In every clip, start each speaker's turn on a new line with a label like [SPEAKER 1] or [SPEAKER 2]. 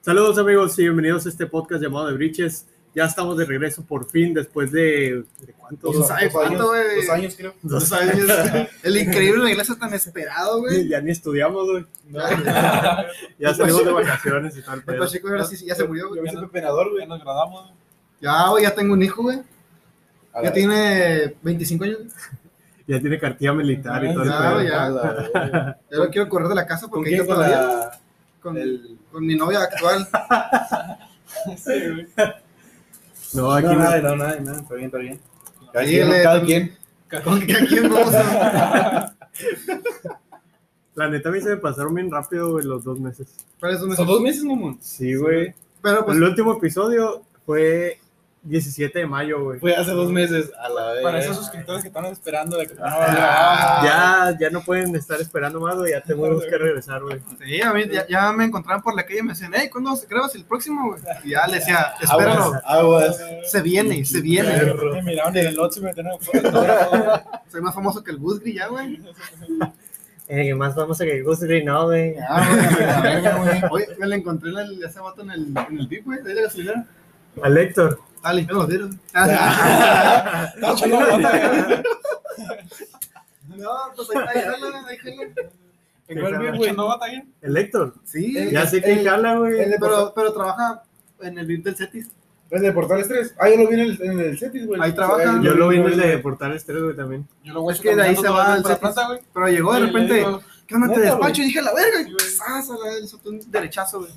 [SPEAKER 1] Saludos amigos y bienvenidos a este podcast llamado de Briches. Ya estamos de regreso por fin después de... ¿de cuántos?
[SPEAKER 2] Dos años, ¿cuánto, güey?
[SPEAKER 3] Dos años, creo.
[SPEAKER 2] Dos años. este, El increíble regreso tan esperado, güey.
[SPEAKER 1] Ya ni estudiamos, güey.
[SPEAKER 3] No,
[SPEAKER 1] Ya salimos de vacaciones y tal.
[SPEAKER 2] El
[SPEAKER 1] Pero...
[SPEAKER 2] Pacheco ahora sí, sí, ya se murió,
[SPEAKER 3] Yo
[SPEAKER 2] güey.
[SPEAKER 3] me hice pepenador, güey.
[SPEAKER 4] Ya nos graduamos.
[SPEAKER 2] Ya, güey, ya tengo un hijo, güey.
[SPEAKER 3] A
[SPEAKER 2] Ya
[SPEAKER 3] la-
[SPEAKER 2] tiene 25 años.
[SPEAKER 1] Ya tiene cartilla militar y todo. el
[SPEAKER 2] Ya,
[SPEAKER 1] pedo.
[SPEAKER 2] ya.
[SPEAKER 3] a la-
[SPEAKER 2] Ya lo quiero correr de la casa
[SPEAKER 3] Ah, ¿Con
[SPEAKER 2] porque
[SPEAKER 3] quién?
[SPEAKER 2] ahí
[SPEAKER 3] Con
[SPEAKER 2] todavía
[SPEAKER 3] la...
[SPEAKER 2] con,
[SPEAKER 3] el-
[SPEAKER 2] con mi novia actual.
[SPEAKER 4] Sí, güey.
[SPEAKER 1] No,
[SPEAKER 3] No,
[SPEAKER 1] aquí no.
[SPEAKER 3] nada, no, nada, nada, está bien, está bien. Cada
[SPEAKER 2] Sí,
[SPEAKER 3] quien,
[SPEAKER 2] le-
[SPEAKER 3] cada quien.
[SPEAKER 2] ¿Con qué- a quién vamos a.?
[SPEAKER 1] La neta a mí se me pasaron bien rápido, güey, los dos meses.
[SPEAKER 2] ¿Cuál es un
[SPEAKER 3] Son dos meses, mamón.
[SPEAKER 1] Sí, güey.
[SPEAKER 2] Pero pues,
[SPEAKER 1] El último episodio fue 17 de mayo, güey.
[SPEAKER 3] Fue hace dos meses. A la vez.
[SPEAKER 4] Para esos suscriptores que están esperando de que no,
[SPEAKER 3] Ah.
[SPEAKER 1] Ya, ya no pueden estar esperando más, güey. Ya tenemos que regresar, güey.
[SPEAKER 2] sí, a mí ya, ya me encontraban por la calle y me decían, hey, ¿cuándo grabas el próximo, güey? Y ya le decía, espéralo,
[SPEAKER 3] Aguas, aguas.
[SPEAKER 2] se viene, se viene.
[SPEAKER 3] Ah, Claro.
[SPEAKER 4] Me miraron en el 8 y me tenían autógrafo.
[SPEAKER 2] Soy más famoso que el Budgri ya, güey.
[SPEAKER 1] Eh, más famosa que Guthrie, no, güey.
[SPEAKER 2] Ya, güey, Ah, la verga, güey. Oye, me lo encontré en el- ese vato en el, en el VIP, güey, de la gasolinera.
[SPEAKER 1] Al Héctor.
[SPEAKER 2] Estaba limpiando los vidrios. Ah,
[SPEAKER 4] Estaba chupando la bota, güey.
[SPEAKER 2] No, pues ahí está, ahí jala, ahí jala.
[SPEAKER 4] ¿En cuál bien, güey? ¿No bota bien?
[SPEAKER 1] El Héctor.
[SPEAKER 2] Sí,
[SPEAKER 1] Ya sé que
[SPEAKER 3] eh,
[SPEAKER 1] jala,
[SPEAKER 3] el
[SPEAKER 1] güey.
[SPEAKER 3] de-
[SPEAKER 2] pero, pero trabaja en el VIP del Cetis.
[SPEAKER 3] ¿Es de Portal Estrés? Ah, yo lo vi en el, en el Cetis, güey.
[SPEAKER 2] Ahí trabajan.
[SPEAKER 1] Yo lo vi en el de Portal Estrés, güey, también.
[SPEAKER 4] Yo lo voy
[SPEAKER 2] que de ahí se va al
[SPEAKER 4] para
[SPEAKER 2] Cetis.
[SPEAKER 4] plata, güey.
[SPEAKER 2] Pero llegó de
[SPEAKER 4] Y le
[SPEAKER 2] repente,
[SPEAKER 4] digo,
[SPEAKER 2] ¿qué onda? Te
[SPEAKER 3] Neta,
[SPEAKER 2] despacho
[SPEAKER 3] güey.
[SPEAKER 2] y dije, la verga. Ah,
[SPEAKER 4] Sí,
[SPEAKER 2] Y
[SPEAKER 4] güey.
[SPEAKER 2] ¡zas! a la- Le soltó un derechazo, güey.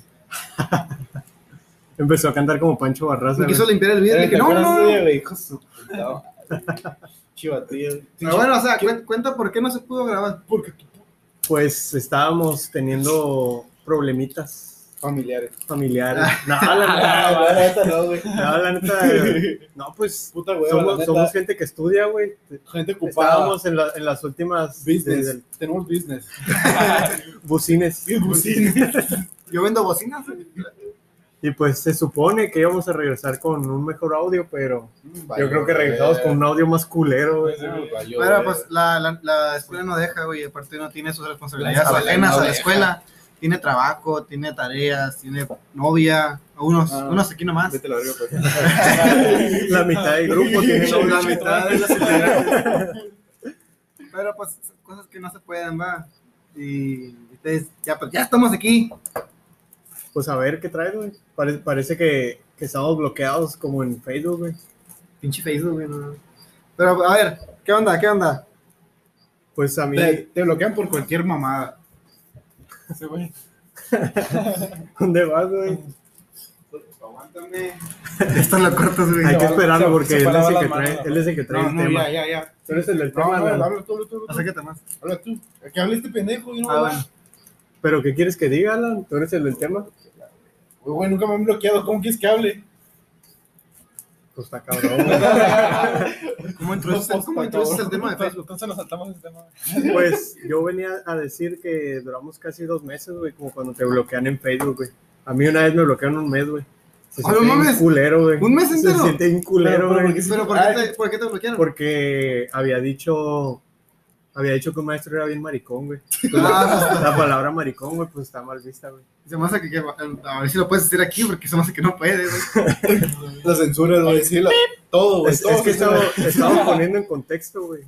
[SPEAKER 1] Empezó a cantar como Pancho
[SPEAKER 2] Me
[SPEAKER 1] Barraza.
[SPEAKER 2] quiso
[SPEAKER 1] güey.
[SPEAKER 2] limpiar el vidrio.
[SPEAKER 3] Era
[SPEAKER 2] Le
[SPEAKER 3] el
[SPEAKER 2] dije, no,
[SPEAKER 3] campeón
[SPEAKER 2] no,
[SPEAKER 3] Estrella,
[SPEAKER 2] no.
[SPEAKER 3] güey, hijo de su puta madre. Chivatillo.
[SPEAKER 2] Pero bueno, o sea, cuen- cuenta por qué no se pudo grabar.
[SPEAKER 3] Porque tú-
[SPEAKER 1] Pues estábamos teniendo problemitas
[SPEAKER 3] familiares.
[SPEAKER 1] familiares. No, la
[SPEAKER 3] Ah, la neta no, güey.
[SPEAKER 1] neta. No, la neta. No, pues.
[SPEAKER 3] Puta güey, la
[SPEAKER 1] Somos,
[SPEAKER 3] neta.
[SPEAKER 1] somos gente que estudia, güey.
[SPEAKER 3] gente ocupada.
[SPEAKER 1] Estábamos en, la- en las últimas eh,
[SPEAKER 3] Business.
[SPEAKER 1] de- de-
[SPEAKER 3] Tenemos business.
[SPEAKER 1] bucines.
[SPEAKER 2] Yo vendo bocinas, güey.
[SPEAKER 1] Y pues se supone que íbamos a regresar con un mejor audio, pero yo creo que regresamos con un audio más culero, güey.
[SPEAKER 3] Ah. eh,
[SPEAKER 2] Pero pues la, la, la escuela no deja, güey. Aparte no tiene sus responsabilidades
[SPEAKER 3] La escuela
[SPEAKER 2] ajenas
[SPEAKER 3] no
[SPEAKER 2] a la
[SPEAKER 3] deja.
[SPEAKER 2] escuela. Tiene trabajo, tiene tareas, tiene novia. Unos,
[SPEAKER 3] Ah.
[SPEAKER 2] unos aquí nomás.
[SPEAKER 3] Vete a la verga, pues.
[SPEAKER 1] La mitad del grupo tiene
[SPEAKER 2] La
[SPEAKER 1] novio.
[SPEAKER 2] mitad de la secundaria. Pero pues cosas que no se pueden, va. Y entonces, ya, pues, ya estamos aquí.
[SPEAKER 1] Pues a ver qué traes, güey. Pare- parece que, que estamos bloqueados como en Facebook, güey.
[SPEAKER 2] Pinche Facebook, güey. no. Pero a ver, ¿qué onda? ¿Qué onda?
[SPEAKER 1] Pues a mí,
[SPEAKER 3] Te, te bloquean por cualquier mamada.
[SPEAKER 4] Sí, güey.
[SPEAKER 1] ¿dónde vas, güey?
[SPEAKER 3] Aguántame.
[SPEAKER 2] Esto lo cortas, güey.
[SPEAKER 1] Hay que
[SPEAKER 4] Se
[SPEAKER 1] esperarlo
[SPEAKER 4] se-
[SPEAKER 1] porque
[SPEAKER 4] se
[SPEAKER 1] él es, el
[SPEAKER 4] paraba
[SPEAKER 1] que
[SPEAKER 4] las manos,
[SPEAKER 1] trae,
[SPEAKER 4] ¿no?
[SPEAKER 1] él es el que trae
[SPEAKER 3] No,
[SPEAKER 1] el
[SPEAKER 3] no,
[SPEAKER 1] tema.
[SPEAKER 3] ya, ya, ya.
[SPEAKER 1] Tú eres el del
[SPEAKER 3] No,
[SPEAKER 1] tema,
[SPEAKER 3] no,
[SPEAKER 1] güey.
[SPEAKER 3] habla tú, habla tú, habla tú.
[SPEAKER 2] Acércate más.
[SPEAKER 3] Habla tú. Que hable este pendejo, yo no
[SPEAKER 2] Ah,
[SPEAKER 3] voy a-
[SPEAKER 2] bueno.
[SPEAKER 1] Pero ¿qué quieres que diga, Alan? Tú eres el del tema.
[SPEAKER 3] Güey, güey, nunca me han bloqueado. ¿Cómo quieres que hable?
[SPEAKER 1] Pues está cabrón, güey.
[SPEAKER 2] ¿Cómo introduces, el- Pues, cómo introduces el tema de Facebook?
[SPEAKER 4] Entonces nos saltamos el tema. güey.
[SPEAKER 1] Pues yo venía a decir que duramos casi dos meses, güey, como cuando te bloquean en Facebook, güey. A mí una vez me bloquearon un mes, güey. Se
[SPEAKER 2] Ah, no
[SPEAKER 1] siente un
[SPEAKER 2] mames.
[SPEAKER 1] culero, güey.
[SPEAKER 2] ¿Un mes
[SPEAKER 1] Se
[SPEAKER 2] entero?
[SPEAKER 1] siente un culero,
[SPEAKER 3] Pero, pero,
[SPEAKER 1] güey.
[SPEAKER 3] ¿por qué
[SPEAKER 2] ¿Pero por qué
[SPEAKER 3] Ay,
[SPEAKER 2] te, por qué te bloquearon?
[SPEAKER 1] Porque había dicho, había dicho que un maestro era bien maricón, güey.
[SPEAKER 2] Ah,
[SPEAKER 1] La palabra maricón, güey, pues está mal vista, güey.
[SPEAKER 2] se me hace que, que- a ver si lo puedes decir aquí porque se me hace que no puedes, güey.
[SPEAKER 3] La censura, güey. Sí, la- todo,
[SPEAKER 2] Pues
[SPEAKER 3] güey.
[SPEAKER 1] Es,
[SPEAKER 3] todo
[SPEAKER 1] es que
[SPEAKER 3] censura.
[SPEAKER 1] estaba, estaba poniendo en contexto, güey.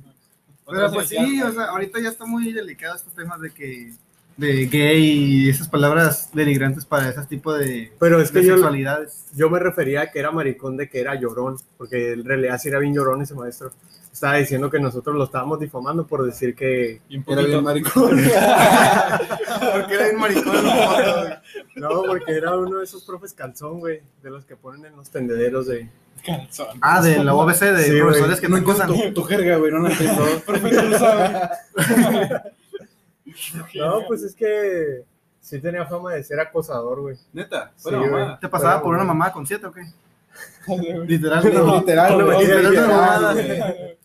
[SPEAKER 2] Pero pues sí, o sea, ahorita ya está muy delicado estos temas de que de gay y esas palabras denigrantes para ese tipo de,
[SPEAKER 1] Pero es que
[SPEAKER 2] de
[SPEAKER 1] yo,
[SPEAKER 2] sexualidades.
[SPEAKER 1] yo me refería a que era maricón de que era llorón, porque en realidad sí era bien llorón ese maestro. Estaba diciendo que nosotros lo estábamos difamando por decir que...
[SPEAKER 4] Y un
[SPEAKER 3] Era bien
[SPEAKER 4] poquito.
[SPEAKER 3] maricón.
[SPEAKER 2] Porque era un maricón. ¿no?
[SPEAKER 1] No, porque era uno de esos profes calzón, güey, de los que ponen en los tendederos de...
[SPEAKER 4] Calzón.
[SPEAKER 2] Ah, de la OBC, de
[SPEAKER 1] Sí, güey.
[SPEAKER 2] profesores que no encuentran.
[SPEAKER 3] Tu, tu jerga, güey, no la entiendo.
[SPEAKER 4] Profe Cruzado.
[SPEAKER 1] No, pues es que sí tenía fama de ser acosador, güey.
[SPEAKER 3] Neta,
[SPEAKER 1] Sí,
[SPEAKER 3] fuera
[SPEAKER 1] güey.
[SPEAKER 3] mamada.
[SPEAKER 2] ¿Te pasaba
[SPEAKER 1] Pero,
[SPEAKER 2] por una
[SPEAKER 1] güey.
[SPEAKER 2] mamá con siete o qué?
[SPEAKER 4] güey.
[SPEAKER 2] Literalmente.
[SPEAKER 3] No, literal,
[SPEAKER 1] no,
[SPEAKER 3] güey.
[SPEAKER 1] literal,
[SPEAKER 3] literal,
[SPEAKER 2] no, nada.
[SPEAKER 3] güey.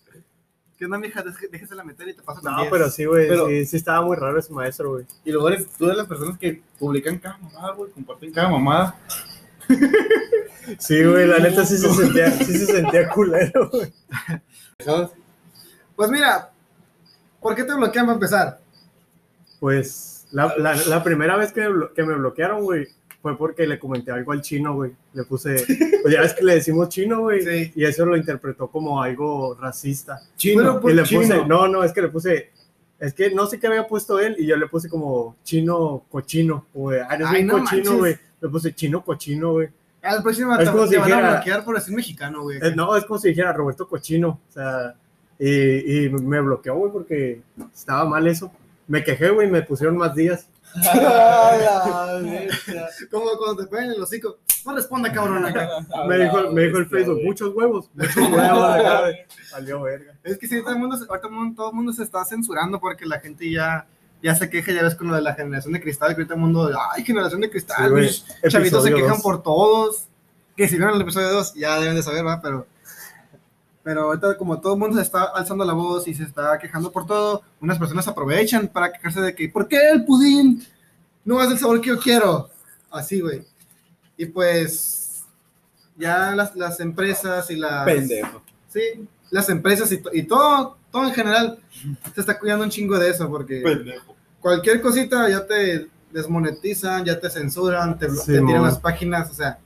[SPEAKER 2] ¿Qué onda, mija? Deje- Déjesela meter y te paso con
[SPEAKER 1] No,
[SPEAKER 2] diez.
[SPEAKER 1] pero sí, güey,
[SPEAKER 3] Pero-
[SPEAKER 1] sí, sí estaba muy raro ese maestro, güey.
[SPEAKER 3] Y luego eres tú de las personas que publican cada mamada, güey, comparten cada mamada.
[SPEAKER 1] Sí, güey, la neta sí se sentía, sí se sentía culero, güey.
[SPEAKER 3] ¿Sabes?
[SPEAKER 2] Pues mira, ¿por qué te bloquean para empezar?
[SPEAKER 1] Pues la, la- la primera vez que me, blo- que me bloquearon, güey, fue porque le comenté algo al chino, güey. Le puse, pues ya ves que le decimos chino, güey.
[SPEAKER 2] Sí.
[SPEAKER 1] Y eso lo interpretó como algo racista.
[SPEAKER 3] Chino,
[SPEAKER 1] y le
[SPEAKER 2] pues,
[SPEAKER 3] chino.
[SPEAKER 1] puse, no, no, es que le puse, es que no sé qué había puesto él y yo le puse como chino cochino, güey. Ah, eres
[SPEAKER 2] Ay,
[SPEAKER 1] un
[SPEAKER 2] no
[SPEAKER 1] cochino,
[SPEAKER 2] manches.
[SPEAKER 1] güey. Le puse chino cochino, güey.
[SPEAKER 2] A la próxima
[SPEAKER 1] Es
[SPEAKER 2] Ah, te,
[SPEAKER 1] como
[SPEAKER 2] te
[SPEAKER 1] si
[SPEAKER 2] van
[SPEAKER 1] dijera-
[SPEAKER 2] a bloquear por decir mexicano, güey.
[SPEAKER 1] Eh, No, es como si dijera Roberto Cochino. O sea, y, y me bloqueó, güey, porque estaba mal eso. Me quejé, güey, me pusieron más días.
[SPEAKER 2] Como cuando te pegan el hocico. No responda, cabrón. acá.
[SPEAKER 1] Me dijo, me dijo el Facebook, muchos huevos, muchos huevos. acá, güey. Valió verga.
[SPEAKER 2] Es que sí, todo el, mundo, se- ahorita todo el mundo- todo el mundo se está censurando porque la gente ya, ya se queja, ya ves con lo de la generación de cristal, que ahorita el mundo, ay, generación de cristal,
[SPEAKER 1] Sí, güey.
[SPEAKER 2] Ah, mis chavitos se
[SPEAKER 1] Episodio
[SPEAKER 2] quejan
[SPEAKER 1] dos.
[SPEAKER 2] por todos. Que si vieron el episodio 2, ya deben de saber, ¿verdad? Pero, pero ahorita como todo el mundo se está alzando la voz y se está quejando por todo, unas personas aprovechan para quejarse de que, ¿por qué el pudín no es del sabor que yo quiero? Así, güey. Y pues, ya las, las empresas y las...
[SPEAKER 3] Pendejo.
[SPEAKER 2] Sí, las empresas y, to- y todo, todo en general se está cuidando un chingo de eso porque
[SPEAKER 3] Pendejo.
[SPEAKER 2] cualquier cosita ya te desmonetizan, ya te censuran, te, blo-
[SPEAKER 1] Sí,
[SPEAKER 2] te tiran
[SPEAKER 1] mon.
[SPEAKER 2] las páginas, o sea,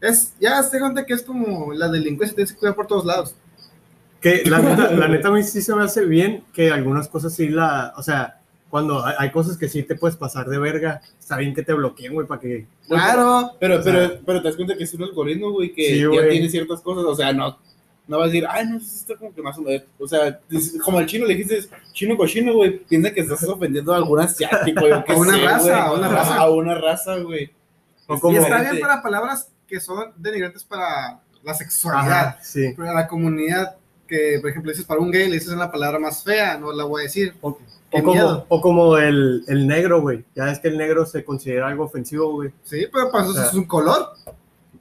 [SPEAKER 2] es, ya se cuenta que es como la delincuencia, tienes que cuidar por todos lados.
[SPEAKER 1] Que la neta, la neta a mí sí se me hace bien que algunas cosas sí la, o sea, cuando hay, hay cosas que sí te puedes pasar de verga, está bien que te bloqueen, güey, para que...
[SPEAKER 2] Claro,
[SPEAKER 3] Pero,
[SPEAKER 1] O sea-
[SPEAKER 3] pero, pero te das cuenta que es un algoritmo, güey, que
[SPEAKER 1] Sí,
[SPEAKER 3] ya
[SPEAKER 1] güey.
[SPEAKER 3] tiene ciertas cosas. O sea, no, no vas a decir, ay, no, eso está como que más o menos. O sea, es- como al chino le dijiste, chino cochino, güey, piensa que estás ofendiendo a algún asiático, güey, o qué
[SPEAKER 2] A una
[SPEAKER 3] sé,
[SPEAKER 2] raza,
[SPEAKER 3] güey.
[SPEAKER 2] a una
[SPEAKER 3] Ajá,
[SPEAKER 2] raza.
[SPEAKER 3] A una raza, güey.
[SPEAKER 1] O
[SPEAKER 2] y
[SPEAKER 1] como-
[SPEAKER 2] está bien
[SPEAKER 3] gente-
[SPEAKER 2] para palabras que son denigrantes para la sexualidad,
[SPEAKER 1] Ajá, sí.
[SPEAKER 2] para la comunidad, que por ejemplo dices para un gay, le dices la palabra más fea, no la voy a decir.
[SPEAKER 1] O,
[SPEAKER 2] Qué
[SPEAKER 1] o como,
[SPEAKER 2] miedo.
[SPEAKER 1] o como el, el negro, güey. Ya es que el negro se considera algo ofensivo, güey.
[SPEAKER 2] Sí, pero para eso
[SPEAKER 1] O sea,
[SPEAKER 2] es un color.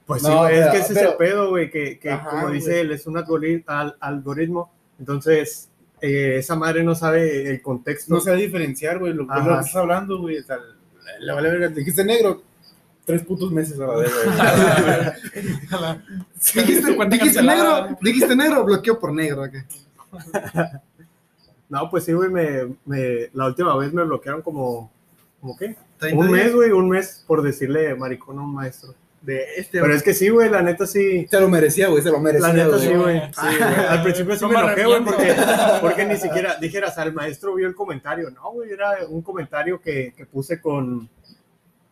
[SPEAKER 1] Pues
[SPEAKER 3] No,
[SPEAKER 1] sí, güey, es
[SPEAKER 3] pero-
[SPEAKER 1] que ese es
[SPEAKER 3] pero-
[SPEAKER 1] el pedo, güey, que, que
[SPEAKER 3] Ajá,
[SPEAKER 1] como
[SPEAKER 3] güey.
[SPEAKER 1] dice él, es un algori- al- algoritmo. Entonces, eh, esa madre no sabe el contexto.
[SPEAKER 3] No sabe diferenciar, güey, lo, lo
[SPEAKER 1] Ajá.
[SPEAKER 3] que estás hablando, güey. O sea, le- le vale verga. Te dijiste negro, tres putos meses a la verga, güey.
[SPEAKER 2] Dijiste,
[SPEAKER 4] Cuenta
[SPEAKER 2] dijiste
[SPEAKER 4] cancelada.
[SPEAKER 2] negro, dijiste negro, bloqueo por negro. acá.
[SPEAKER 1] No, pues sí, güey, me, me- la última vez me bloquearon como, ¿como qué?
[SPEAKER 2] 30
[SPEAKER 1] Un
[SPEAKER 2] días.
[SPEAKER 1] mes, güey, un mes por decirle maricón a un maestro.
[SPEAKER 2] De este.
[SPEAKER 1] Pero es que sí, güey, la neta sí.
[SPEAKER 3] Se lo merecía, güey, se lo merecía.
[SPEAKER 1] La neta
[SPEAKER 3] güey.
[SPEAKER 1] sí, güey.
[SPEAKER 4] güey.
[SPEAKER 1] Sí, güey. Al principio sí
[SPEAKER 4] No
[SPEAKER 1] me
[SPEAKER 4] me
[SPEAKER 1] enojé, güey,
[SPEAKER 4] arrepiento.
[SPEAKER 1] porque, porque ni siquiera dijeras, al maestro vio el comentario. No, güey, era un comentario que, que puse con,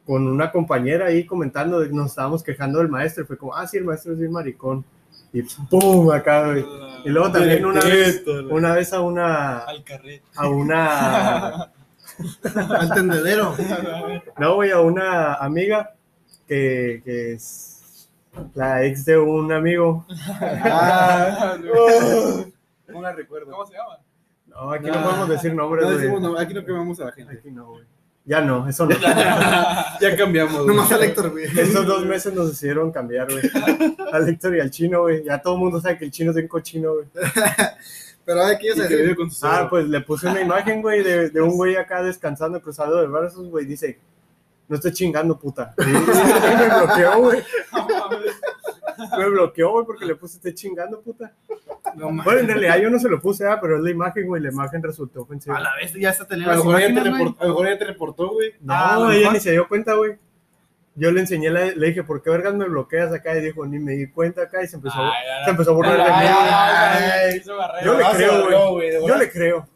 [SPEAKER 1] con una compañera ahí comentando, de- nos estábamos quejando del maestro. y Fue como, ah, sí, el maestro es bien maricón. Y pum, acá, güey. Y luego también una vez,
[SPEAKER 3] Directo, güey.
[SPEAKER 1] una vez a una,
[SPEAKER 4] Al carrete.
[SPEAKER 1] a una
[SPEAKER 2] Al tendedero.
[SPEAKER 1] No, güey, a una amiga que, que es la ex de un amigo.
[SPEAKER 3] Ah, no. No la recuerdo.
[SPEAKER 4] ¿Cómo se llama?
[SPEAKER 1] No, aquí no,
[SPEAKER 3] No.
[SPEAKER 1] podemos decir nombres,
[SPEAKER 3] No
[SPEAKER 1] güey.
[SPEAKER 3] decimos, no, aquí no quemamos a la gente.
[SPEAKER 1] Aquí no, güey. Ya no, eso no.
[SPEAKER 3] Ya cambiamos. güey.
[SPEAKER 2] Nomás al Héctor, güey.
[SPEAKER 1] Esos dos meses nos hicieron cambiar, güey. Al Héctor y al chino, güey. Ya todo el mundo sabe que el chino es un cochino, güey.
[SPEAKER 2] Pero ahora aquí
[SPEAKER 3] Y
[SPEAKER 2] es
[SPEAKER 3] que vive con su
[SPEAKER 1] Ah,
[SPEAKER 3] suegro.
[SPEAKER 1] pues le puse una imagen, güey, de, de un güey acá descansando, cruzado de brazos, güey. Dice, no estoy chingando, puta. Y- y me bloqueó, güey. Me bloqueó, güey, porque le puse, estoy chingando, puta.
[SPEAKER 2] No mames.
[SPEAKER 1] Bueno, en realidad yo no se lo puse, ah, pero es la imagen, güey. La imagen resultó ofensiva.
[SPEAKER 2] A la vez ya está
[SPEAKER 3] a
[SPEAKER 2] teniendo
[SPEAKER 3] lo
[SPEAKER 2] las
[SPEAKER 3] mejor ella te
[SPEAKER 2] imágenes, güey.
[SPEAKER 3] reportó, a lo mejor ella te reportó, güey.
[SPEAKER 1] No,
[SPEAKER 2] Ah, a lo
[SPEAKER 1] ella
[SPEAKER 2] mejor.
[SPEAKER 1] ni se dio cuenta, güey. Yo le enseñé, la- le dije, ¿por qué vergas me bloqueas acá? Y dijo, ni me di cuenta acá. Y se empezó,
[SPEAKER 4] Ay, ya, ya.
[SPEAKER 1] se empezó a
[SPEAKER 4] Ay,
[SPEAKER 1] borrar de mí.
[SPEAKER 4] ay,
[SPEAKER 1] güey.
[SPEAKER 4] ay, ay, hizo barrera.
[SPEAKER 1] Yo le
[SPEAKER 3] Ah, se
[SPEAKER 1] creo,
[SPEAKER 3] borró,
[SPEAKER 1] güey.
[SPEAKER 3] güey, de
[SPEAKER 1] Yo
[SPEAKER 3] verdad.
[SPEAKER 1] le creo.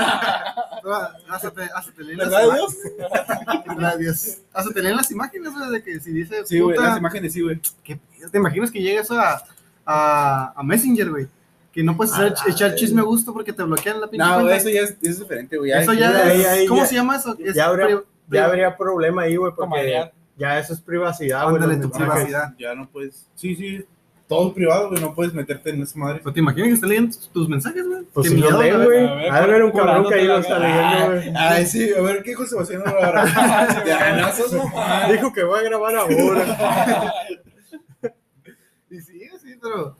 [SPEAKER 2] Ah, Házate házate leer las
[SPEAKER 3] ¿Verdad, Dios?
[SPEAKER 2] imágenes. Dios. Ah, Házate leer las imágenes, güey, de que si dice
[SPEAKER 3] Sí, güey, las
[SPEAKER 2] puta,
[SPEAKER 3] imágenes sí, güey.
[SPEAKER 2] ¿qué pedo? ¿te imaginas que llegue eso a, a, a Messenger, güey? Que no puedes hacer- echar chisme a gusto porque te bloquean la pinche
[SPEAKER 3] No,
[SPEAKER 2] cuenta.
[SPEAKER 3] eso ya es, es diferente, güey.
[SPEAKER 2] Eso ya
[SPEAKER 1] ya,
[SPEAKER 2] es-
[SPEAKER 1] ya, ya.
[SPEAKER 2] ¿Cómo se llama eso? Es
[SPEAKER 1] Ya habría-
[SPEAKER 2] pri- pri-
[SPEAKER 1] Ya habría problema ahí, güey,
[SPEAKER 4] Como
[SPEAKER 1] porque
[SPEAKER 4] Adrián.
[SPEAKER 1] ya eso es privacidad, güey.
[SPEAKER 2] Ándale,
[SPEAKER 1] los
[SPEAKER 2] tu
[SPEAKER 1] mensajes.
[SPEAKER 2] privacidad.
[SPEAKER 3] Ya no puedes. Sí, sí. Todo es privado, güey. No puedes meterte en esa madre.
[SPEAKER 2] Pero Pues te imaginas que está leyendo tus mensajes, güey.
[SPEAKER 1] Pues
[SPEAKER 2] Qué
[SPEAKER 1] si lo
[SPEAKER 2] miedo,
[SPEAKER 1] leen,
[SPEAKER 2] güey.
[SPEAKER 1] güey.
[SPEAKER 4] A ver,
[SPEAKER 1] A ver, un cabrón que ahí lo
[SPEAKER 4] curándote
[SPEAKER 1] está
[SPEAKER 4] la
[SPEAKER 1] leyendo, güey.
[SPEAKER 3] Ay, sí. A ver, ¿qué José Sebastián no habrá? Ya, no, sos mamá.
[SPEAKER 1] Dijo que va a grabar ahora.
[SPEAKER 2] Y sí, sí, pero.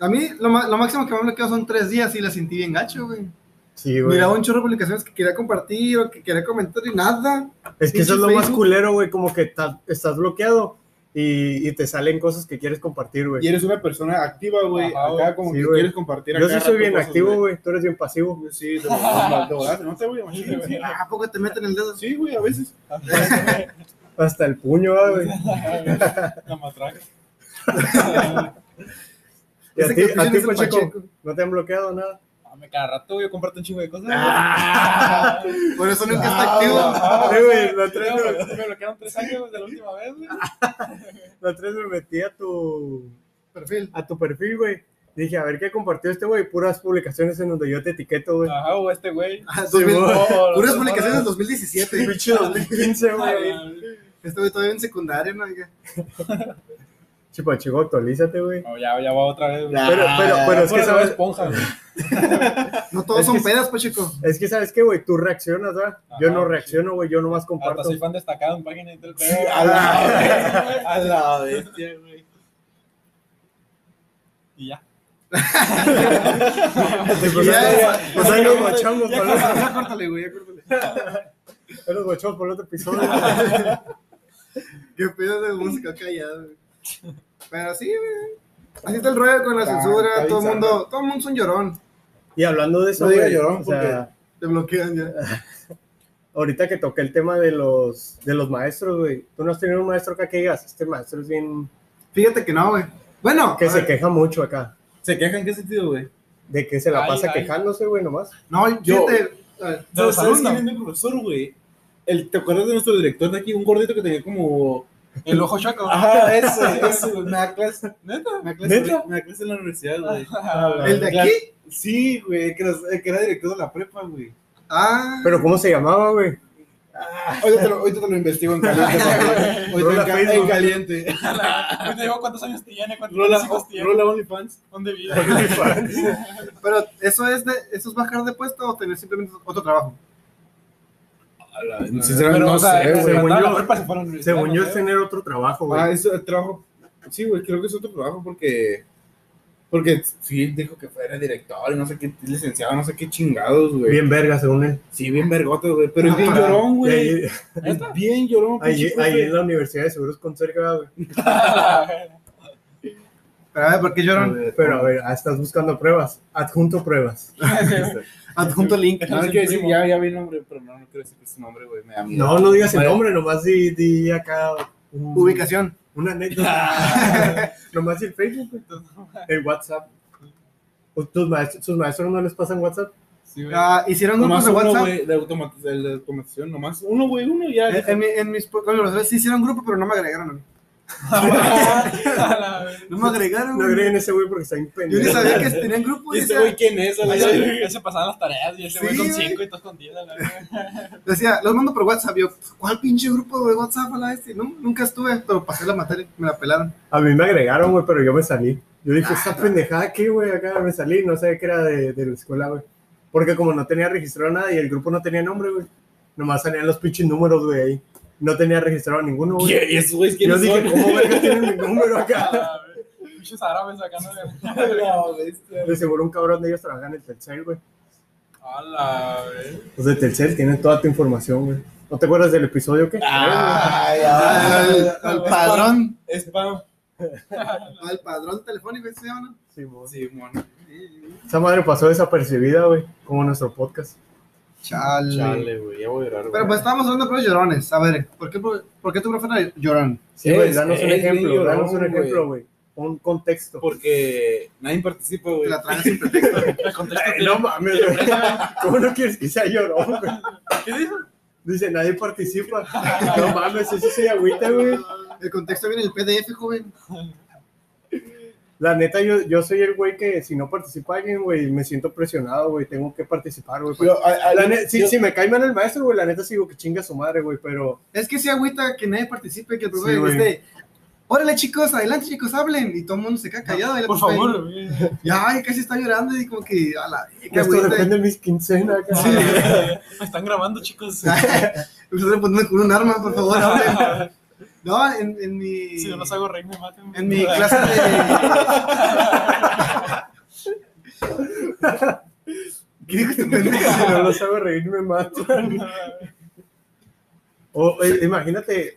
[SPEAKER 2] A mí lo, ma- lo máximo que me han bloqueado son tres días y la sentí bien gacho, güey.
[SPEAKER 1] Sí, güey.
[SPEAKER 2] Miraba un chorro de publicaciones que quería compartir o que quería comentar y nada.
[SPEAKER 1] Es que
[SPEAKER 2] pinche
[SPEAKER 1] eso es lo más
[SPEAKER 2] Facebook.
[SPEAKER 1] culero, güey. Como que ta- estás bloqueado y, y te salen cosas que quieres compartir,
[SPEAKER 3] Y
[SPEAKER 1] güey.
[SPEAKER 3] eres una persona activa, güey.
[SPEAKER 4] Ajá,
[SPEAKER 3] Acá como
[SPEAKER 1] sí,
[SPEAKER 3] que
[SPEAKER 1] güey.
[SPEAKER 3] quieres compartir. a
[SPEAKER 1] Yo sí
[SPEAKER 3] cada
[SPEAKER 1] soy
[SPEAKER 3] rato
[SPEAKER 1] bien
[SPEAKER 3] cosas,
[SPEAKER 1] activo, güey. Tú eres bien pasivo.
[SPEAKER 3] Sí, te lo- te lo- te lo- no te voy a
[SPEAKER 2] Ah, ¿A poco te meten el dedo?
[SPEAKER 3] Sí, güey, a veces.
[SPEAKER 1] Hasta el puño, ah, güey.
[SPEAKER 4] La matraca.
[SPEAKER 1] Y a
[SPEAKER 2] Ese
[SPEAKER 1] ti,
[SPEAKER 2] que
[SPEAKER 1] a ti,
[SPEAKER 2] es el
[SPEAKER 1] Pacheco,
[SPEAKER 2] Pacheco.
[SPEAKER 1] no te han bloqueado nada.
[SPEAKER 4] Ah, me cada rato, güey, yo comparto un chingo de cosas.
[SPEAKER 1] Ah,
[SPEAKER 4] güey.
[SPEAKER 2] Por eso nunca está activo.
[SPEAKER 4] Ah,
[SPEAKER 1] Sí, güey, la otra vez
[SPEAKER 4] me, me bloquearon tres años desde la última vez, güey.
[SPEAKER 1] La otra vez me metí a tu,
[SPEAKER 2] Perfil.
[SPEAKER 1] a tu perfil, güey. Dije, a ver qué compartió este güey. Puras publicaciones en donde yo te etiqueto, güey.
[SPEAKER 4] Ajá, o este güey.
[SPEAKER 2] Ah,
[SPEAKER 1] Sí,
[SPEAKER 2] 2000.
[SPEAKER 1] güey.
[SPEAKER 4] O- o-
[SPEAKER 2] Puras
[SPEAKER 4] o-
[SPEAKER 2] publicaciones del
[SPEAKER 4] o-
[SPEAKER 2] 2017.
[SPEAKER 1] Pinche 2015,
[SPEAKER 4] Ah,
[SPEAKER 1] güey.
[SPEAKER 2] Este güey todavía en secundaria, ¿no? Oiga.
[SPEAKER 1] Che, Pacheco, actualízate, güey.
[SPEAKER 4] No, ya, ya va otra vez, güey.
[SPEAKER 1] Pero, pero, pero es que
[SPEAKER 4] Pura nueva
[SPEAKER 1] sabes,
[SPEAKER 4] esponja, güey.
[SPEAKER 2] No todos
[SPEAKER 1] Es
[SPEAKER 2] son
[SPEAKER 1] que-
[SPEAKER 2] pedas, pues, Pacheco.
[SPEAKER 1] es que sabes que, güey, tú reaccionas, ¿verdad? Yo
[SPEAKER 4] Ajá,
[SPEAKER 1] no
[SPEAKER 4] sí.
[SPEAKER 1] reacciono, güey, yo nomás comparto.
[SPEAKER 4] Hasta soy fan destacado en página de internet.
[SPEAKER 3] A la, a la bestia, güey.
[SPEAKER 4] Y ya.
[SPEAKER 1] Te
[SPEAKER 2] Y ya,
[SPEAKER 1] pasaste- pasaste los guachongos por el-
[SPEAKER 2] Ya córtale, güey, ya córtale.
[SPEAKER 1] los guachongos por el otro episodio.
[SPEAKER 2] Qué pedo de música callada, güey. Pero sí, güey. Así está el rollo con la
[SPEAKER 3] Está-
[SPEAKER 2] censura.
[SPEAKER 3] está
[SPEAKER 2] Todo el
[SPEAKER 3] bizarro.
[SPEAKER 2] mundo, todo el mundo es un llorón.
[SPEAKER 1] Y hablando de eso,
[SPEAKER 3] No diga
[SPEAKER 1] güey,
[SPEAKER 3] llorón,
[SPEAKER 1] o sea,
[SPEAKER 2] Te bloquean ya.
[SPEAKER 1] ahorita que toqué el tema de los, de los maestros, güey, tú no has tenido un maestro acá que digas, este maestro es bien,
[SPEAKER 2] Fíjate que no, güey. Bueno,
[SPEAKER 1] que
[SPEAKER 2] a
[SPEAKER 1] se
[SPEAKER 2] ver,
[SPEAKER 1] queja mucho acá,
[SPEAKER 3] ¿Se quejan en qué sentido, güey?
[SPEAKER 1] de que se la
[SPEAKER 4] Ay,
[SPEAKER 1] pasa
[SPEAKER 4] ay.
[SPEAKER 1] quejándose, güey, nomás.
[SPEAKER 2] no,
[SPEAKER 3] Yo-
[SPEAKER 2] fíjate. a ver,
[SPEAKER 4] De los
[SPEAKER 3] ¿Sabes
[SPEAKER 4] alumnos.
[SPEAKER 3] quién es mi profesor, güey? El, ¿Te acuerdas de nuestro director de aquí? Un gordito que tenía como...
[SPEAKER 4] El ojo chaco.
[SPEAKER 3] Ajá, ese, ese, güey. Me da clase,
[SPEAKER 4] ¿Neta?
[SPEAKER 3] me da clase,
[SPEAKER 1] ¿Neta?
[SPEAKER 3] me da clase en la universidad, güey.
[SPEAKER 2] ¿El de aquí?
[SPEAKER 3] Sí, güey, que, nos- que era director de la prepa, güey.
[SPEAKER 2] Ah.
[SPEAKER 1] Pero ¿cómo se llamaba, güey?
[SPEAKER 3] Ahorita te, lo, ahorita te lo investigo en caliente. güey.
[SPEAKER 1] Rola
[SPEAKER 3] Ahorita en, ca- en
[SPEAKER 1] Facebook.
[SPEAKER 3] caliente.
[SPEAKER 4] Yo te digo cuántos años tiene, cuántos
[SPEAKER 3] Rola,
[SPEAKER 4] hijos tiene,
[SPEAKER 3] Rola OnlyFans.
[SPEAKER 4] dónde vive.
[SPEAKER 2] Pero eso es de, eso es bajar de puesto o tener simplemente otro trabajo.
[SPEAKER 3] Sinceramente,
[SPEAKER 4] Pero,
[SPEAKER 3] no
[SPEAKER 4] o sea,
[SPEAKER 3] sé,
[SPEAKER 4] cuando
[SPEAKER 3] güey.
[SPEAKER 1] según
[SPEAKER 4] andaba en
[SPEAKER 1] yo-
[SPEAKER 4] la prepa se fueron a la universidad,
[SPEAKER 1] Según yo
[SPEAKER 4] ¿no?
[SPEAKER 1] es tener otro trabajo, güey.
[SPEAKER 3] Ah, eso, el trabajo. Sí, güey, creo que es otro trabajo porque. Porque sí, dijo que fuera director y no sé qué, licenciado, no sé qué chingados, güey.
[SPEAKER 1] Bien verga, según él.
[SPEAKER 3] Sí, bien vergotas, güey. Pero es bien
[SPEAKER 2] Ah,
[SPEAKER 3] llorón,
[SPEAKER 1] Y
[SPEAKER 3] güey. pues,
[SPEAKER 1] ahí-
[SPEAKER 4] ¿Neta?
[SPEAKER 3] Bien llorón,
[SPEAKER 1] Ahí,
[SPEAKER 3] pinche
[SPEAKER 1] ahí
[SPEAKER 3] profe.
[SPEAKER 1] en la Universidad de Seguros con cerca, güey.
[SPEAKER 2] Pero a ver, ¿por qué lloran?
[SPEAKER 1] Pero a ver, ah, estás buscando pruebas. Adjunto pruebas.
[SPEAKER 2] Adjunto link.
[SPEAKER 3] No, es
[SPEAKER 4] Es
[SPEAKER 3] que
[SPEAKER 4] el
[SPEAKER 3] decir,
[SPEAKER 4] primo.
[SPEAKER 3] ya, ya vi el nombre, pero no, no quiero decir que es su nombre, güey. Me da miedo.
[SPEAKER 1] No, no digas el
[SPEAKER 3] Vale.
[SPEAKER 1] nombre, nomás di, di acá. un-
[SPEAKER 2] Ubicación.
[SPEAKER 1] Una anécdota. nomás el Facebook, güey. el WhatsApp. O ¿Tus maestros, ¿Sus maestros no les pasan WhatsApp?
[SPEAKER 4] Sí, güey.
[SPEAKER 2] Ah, hicieron
[SPEAKER 3] Nomás
[SPEAKER 2] grupos de
[SPEAKER 3] uno,
[SPEAKER 2] WhatsApp.
[SPEAKER 3] güey, de, automatiz- de la automatización, nomás uno, güey, uno ya.
[SPEAKER 2] En, en mi- en mis con los profesores sí hicieron grupo, pero no me agregaron a mí.
[SPEAKER 4] A la vez.
[SPEAKER 2] No me agregaron.
[SPEAKER 1] No
[SPEAKER 2] güey.
[SPEAKER 1] agreguen ese güey porque está bien
[SPEAKER 2] Yo
[SPEAKER 1] pendejo.
[SPEAKER 2] ni sabía que tenían grupo.
[SPEAKER 3] ¿Y este
[SPEAKER 2] y
[SPEAKER 3] ese
[SPEAKER 2] decía,
[SPEAKER 3] güey quién es? A la-
[SPEAKER 4] Ahí se pasaban las tareas y ese güey
[SPEAKER 2] Sí,
[SPEAKER 4] con
[SPEAKER 2] güey.
[SPEAKER 4] 5 y todos con 10. a la vez.
[SPEAKER 2] decía, los mando por WhatsApp. Yo, ¿cuál pinche grupo de WhatsApp a la este? No, nunca estuve, pero pasé la materia, me la pelaron.
[SPEAKER 1] A mí me agregaron, güey, pero yo me salí. Yo dije, esta pendejada aquí, güey, acá me salí. No sabía que era de, de la escuela, güey. Porque como no tenía registrado nada y el grupo no tenía nombre, güey. Nomás salían los pinches números, güey, ahí. No tenía registrado ninguno,
[SPEAKER 3] ¿Y
[SPEAKER 1] güey.
[SPEAKER 3] y esos güeyes
[SPEAKER 1] Yo
[SPEAKER 3] quiénes
[SPEAKER 1] dije,
[SPEAKER 3] son?
[SPEAKER 1] ¿cómo verga tienen mi número
[SPEAKER 4] A
[SPEAKER 1] acá?
[SPEAKER 4] la vez. Muchos Ah, árabes sacándole.
[SPEAKER 3] No, bestia.
[SPEAKER 1] De seguro un cabrón de ellos trabaja en el Telcel, güey.
[SPEAKER 4] A la vez.
[SPEAKER 1] Los de Telcel tienen toda tu información, güey. ¿No te acuerdas del episodio que?
[SPEAKER 3] Ay,
[SPEAKER 2] Al,
[SPEAKER 3] ay,
[SPEAKER 2] al padrón,
[SPEAKER 3] Spam.
[SPEAKER 2] al padrón telefónico, ¿se llama? no?
[SPEAKER 1] Sí, güey.
[SPEAKER 3] Sí, mono.
[SPEAKER 1] Esa madre pasó desapercibida, güey. Como nuestro podcast.
[SPEAKER 2] Chale.
[SPEAKER 3] Chale, güey, ya voy a llorar.
[SPEAKER 2] Pero pues estábamos hablando de los llorones. A ver, ¿por qué, por qué tu profe era llorón?
[SPEAKER 1] Sí, güey,
[SPEAKER 3] Es-
[SPEAKER 1] danos un
[SPEAKER 3] es bien
[SPEAKER 1] ejemplo,
[SPEAKER 3] llorón,
[SPEAKER 1] danos un
[SPEAKER 3] güey.
[SPEAKER 1] ejemplo, güey. Un contexto.
[SPEAKER 3] Porque nadie participa,
[SPEAKER 2] Te
[SPEAKER 3] güey.
[SPEAKER 2] la traes sin pretexto.
[SPEAKER 4] El contexto
[SPEAKER 1] Ay,
[SPEAKER 4] tiene-
[SPEAKER 1] no mames, güey. ¿Cómo no quieres que sea llorón, güey?
[SPEAKER 4] ¿Qué dijo?
[SPEAKER 1] Dice, nadie participa. No mames, eso se agüita, güey.
[SPEAKER 2] El contexto viene en el PDF, joven.
[SPEAKER 1] La neta, yo, yo soy el güey que si no participa alguien, güey, me siento presionado, güey. Tengo que participar, güey.
[SPEAKER 3] Yo, a- a-
[SPEAKER 1] La ne- si,
[SPEAKER 3] yo-
[SPEAKER 1] si me cae mal el maestro, güey, la neta sigo que chinga su madre, güey, pero
[SPEAKER 2] Es que si agüita que nadie participe, que el profe
[SPEAKER 1] Sí, güey.
[SPEAKER 2] esté. Órale, chicos, adelante, chicos, hablen. Y todo el mundo se queda callado. y la
[SPEAKER 4] Por
[SPEAKER 2] profe-
[SPEAKER 4] favor, güey.
[SPEAKER 2] Ya, ay, casi está llorando y como que. A la, qué
[SPEAKER 1] esto
[SPEAKER 2] agüita.
[SPEAKER 1] depende de mis quincenas. cabrón.
[SPEAKER 4] Me están grabando, chicos.
[SPEAKER 2] Ustedes poniendo con un arma, por favor, hablen. No, en, en mi.
[SPEAKER 4] Si no los hago reír, me matan.
[SPEAKER 2] En mi clase de. ¿Qué dijo este pendejo?
[SPEAKER 1] Si no lo sabe reír, me mato. O, eh, imagínate,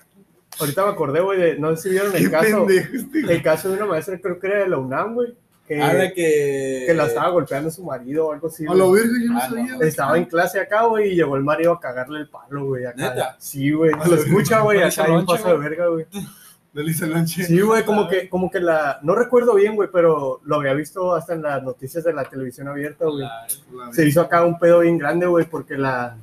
[SPEAKER 1] ahorita me acordé, güey, de- no sé si vieron
[SPEAKER 2] ¿Qué
[SPEAKER 1] el caso.
[SPEAKER 2] pendejo este?
[SPEAKER 1] el caso de una maestra, creo que era de la UNAM, güey, que que,
[SPEAKER 3] Habla Ah, que.
[SPEAKER 1] que la estaba golpeando su marido o algo así.
[SPEAKER 2] Ah, A
[SPEAKER 1] güey.
[SPEAKER 2] lo virgen, yo no
[SPEAKER 3] Ah, no.
[SPEAKER 2] sabía. güey.
[SPEAKER 1] Estaba en clase acá, güey, y llegó el marido a cagarle el palo, güey. acá.
[SPEAKER 3] ¿Neta?
[SPEAKER 1] Sí, güey.
[SPEAKER 2] A
[SPEAKER 1] Se Ah, lo
[SPEAKER 2] la
[SPEAKER 1] escucha, güey,
[SPEAKER 4] parece
[SPEAKER 1] acá hay un
[SPEAKER 4] lonche,
[SPEAKER 1] paso de verga, güey.
[SPEAKER 2] Le hice el lonche.
[SPEAKER 1] Sí, güey, como que, como que la. No recuerdo bien, güey, pero lo había visto hasta en las noticias de la televisión abierta, güey.
[SPEAKER 2] La-
[SPEAKER 1] Se hizo acá un pedo bien grande, güey, porque la.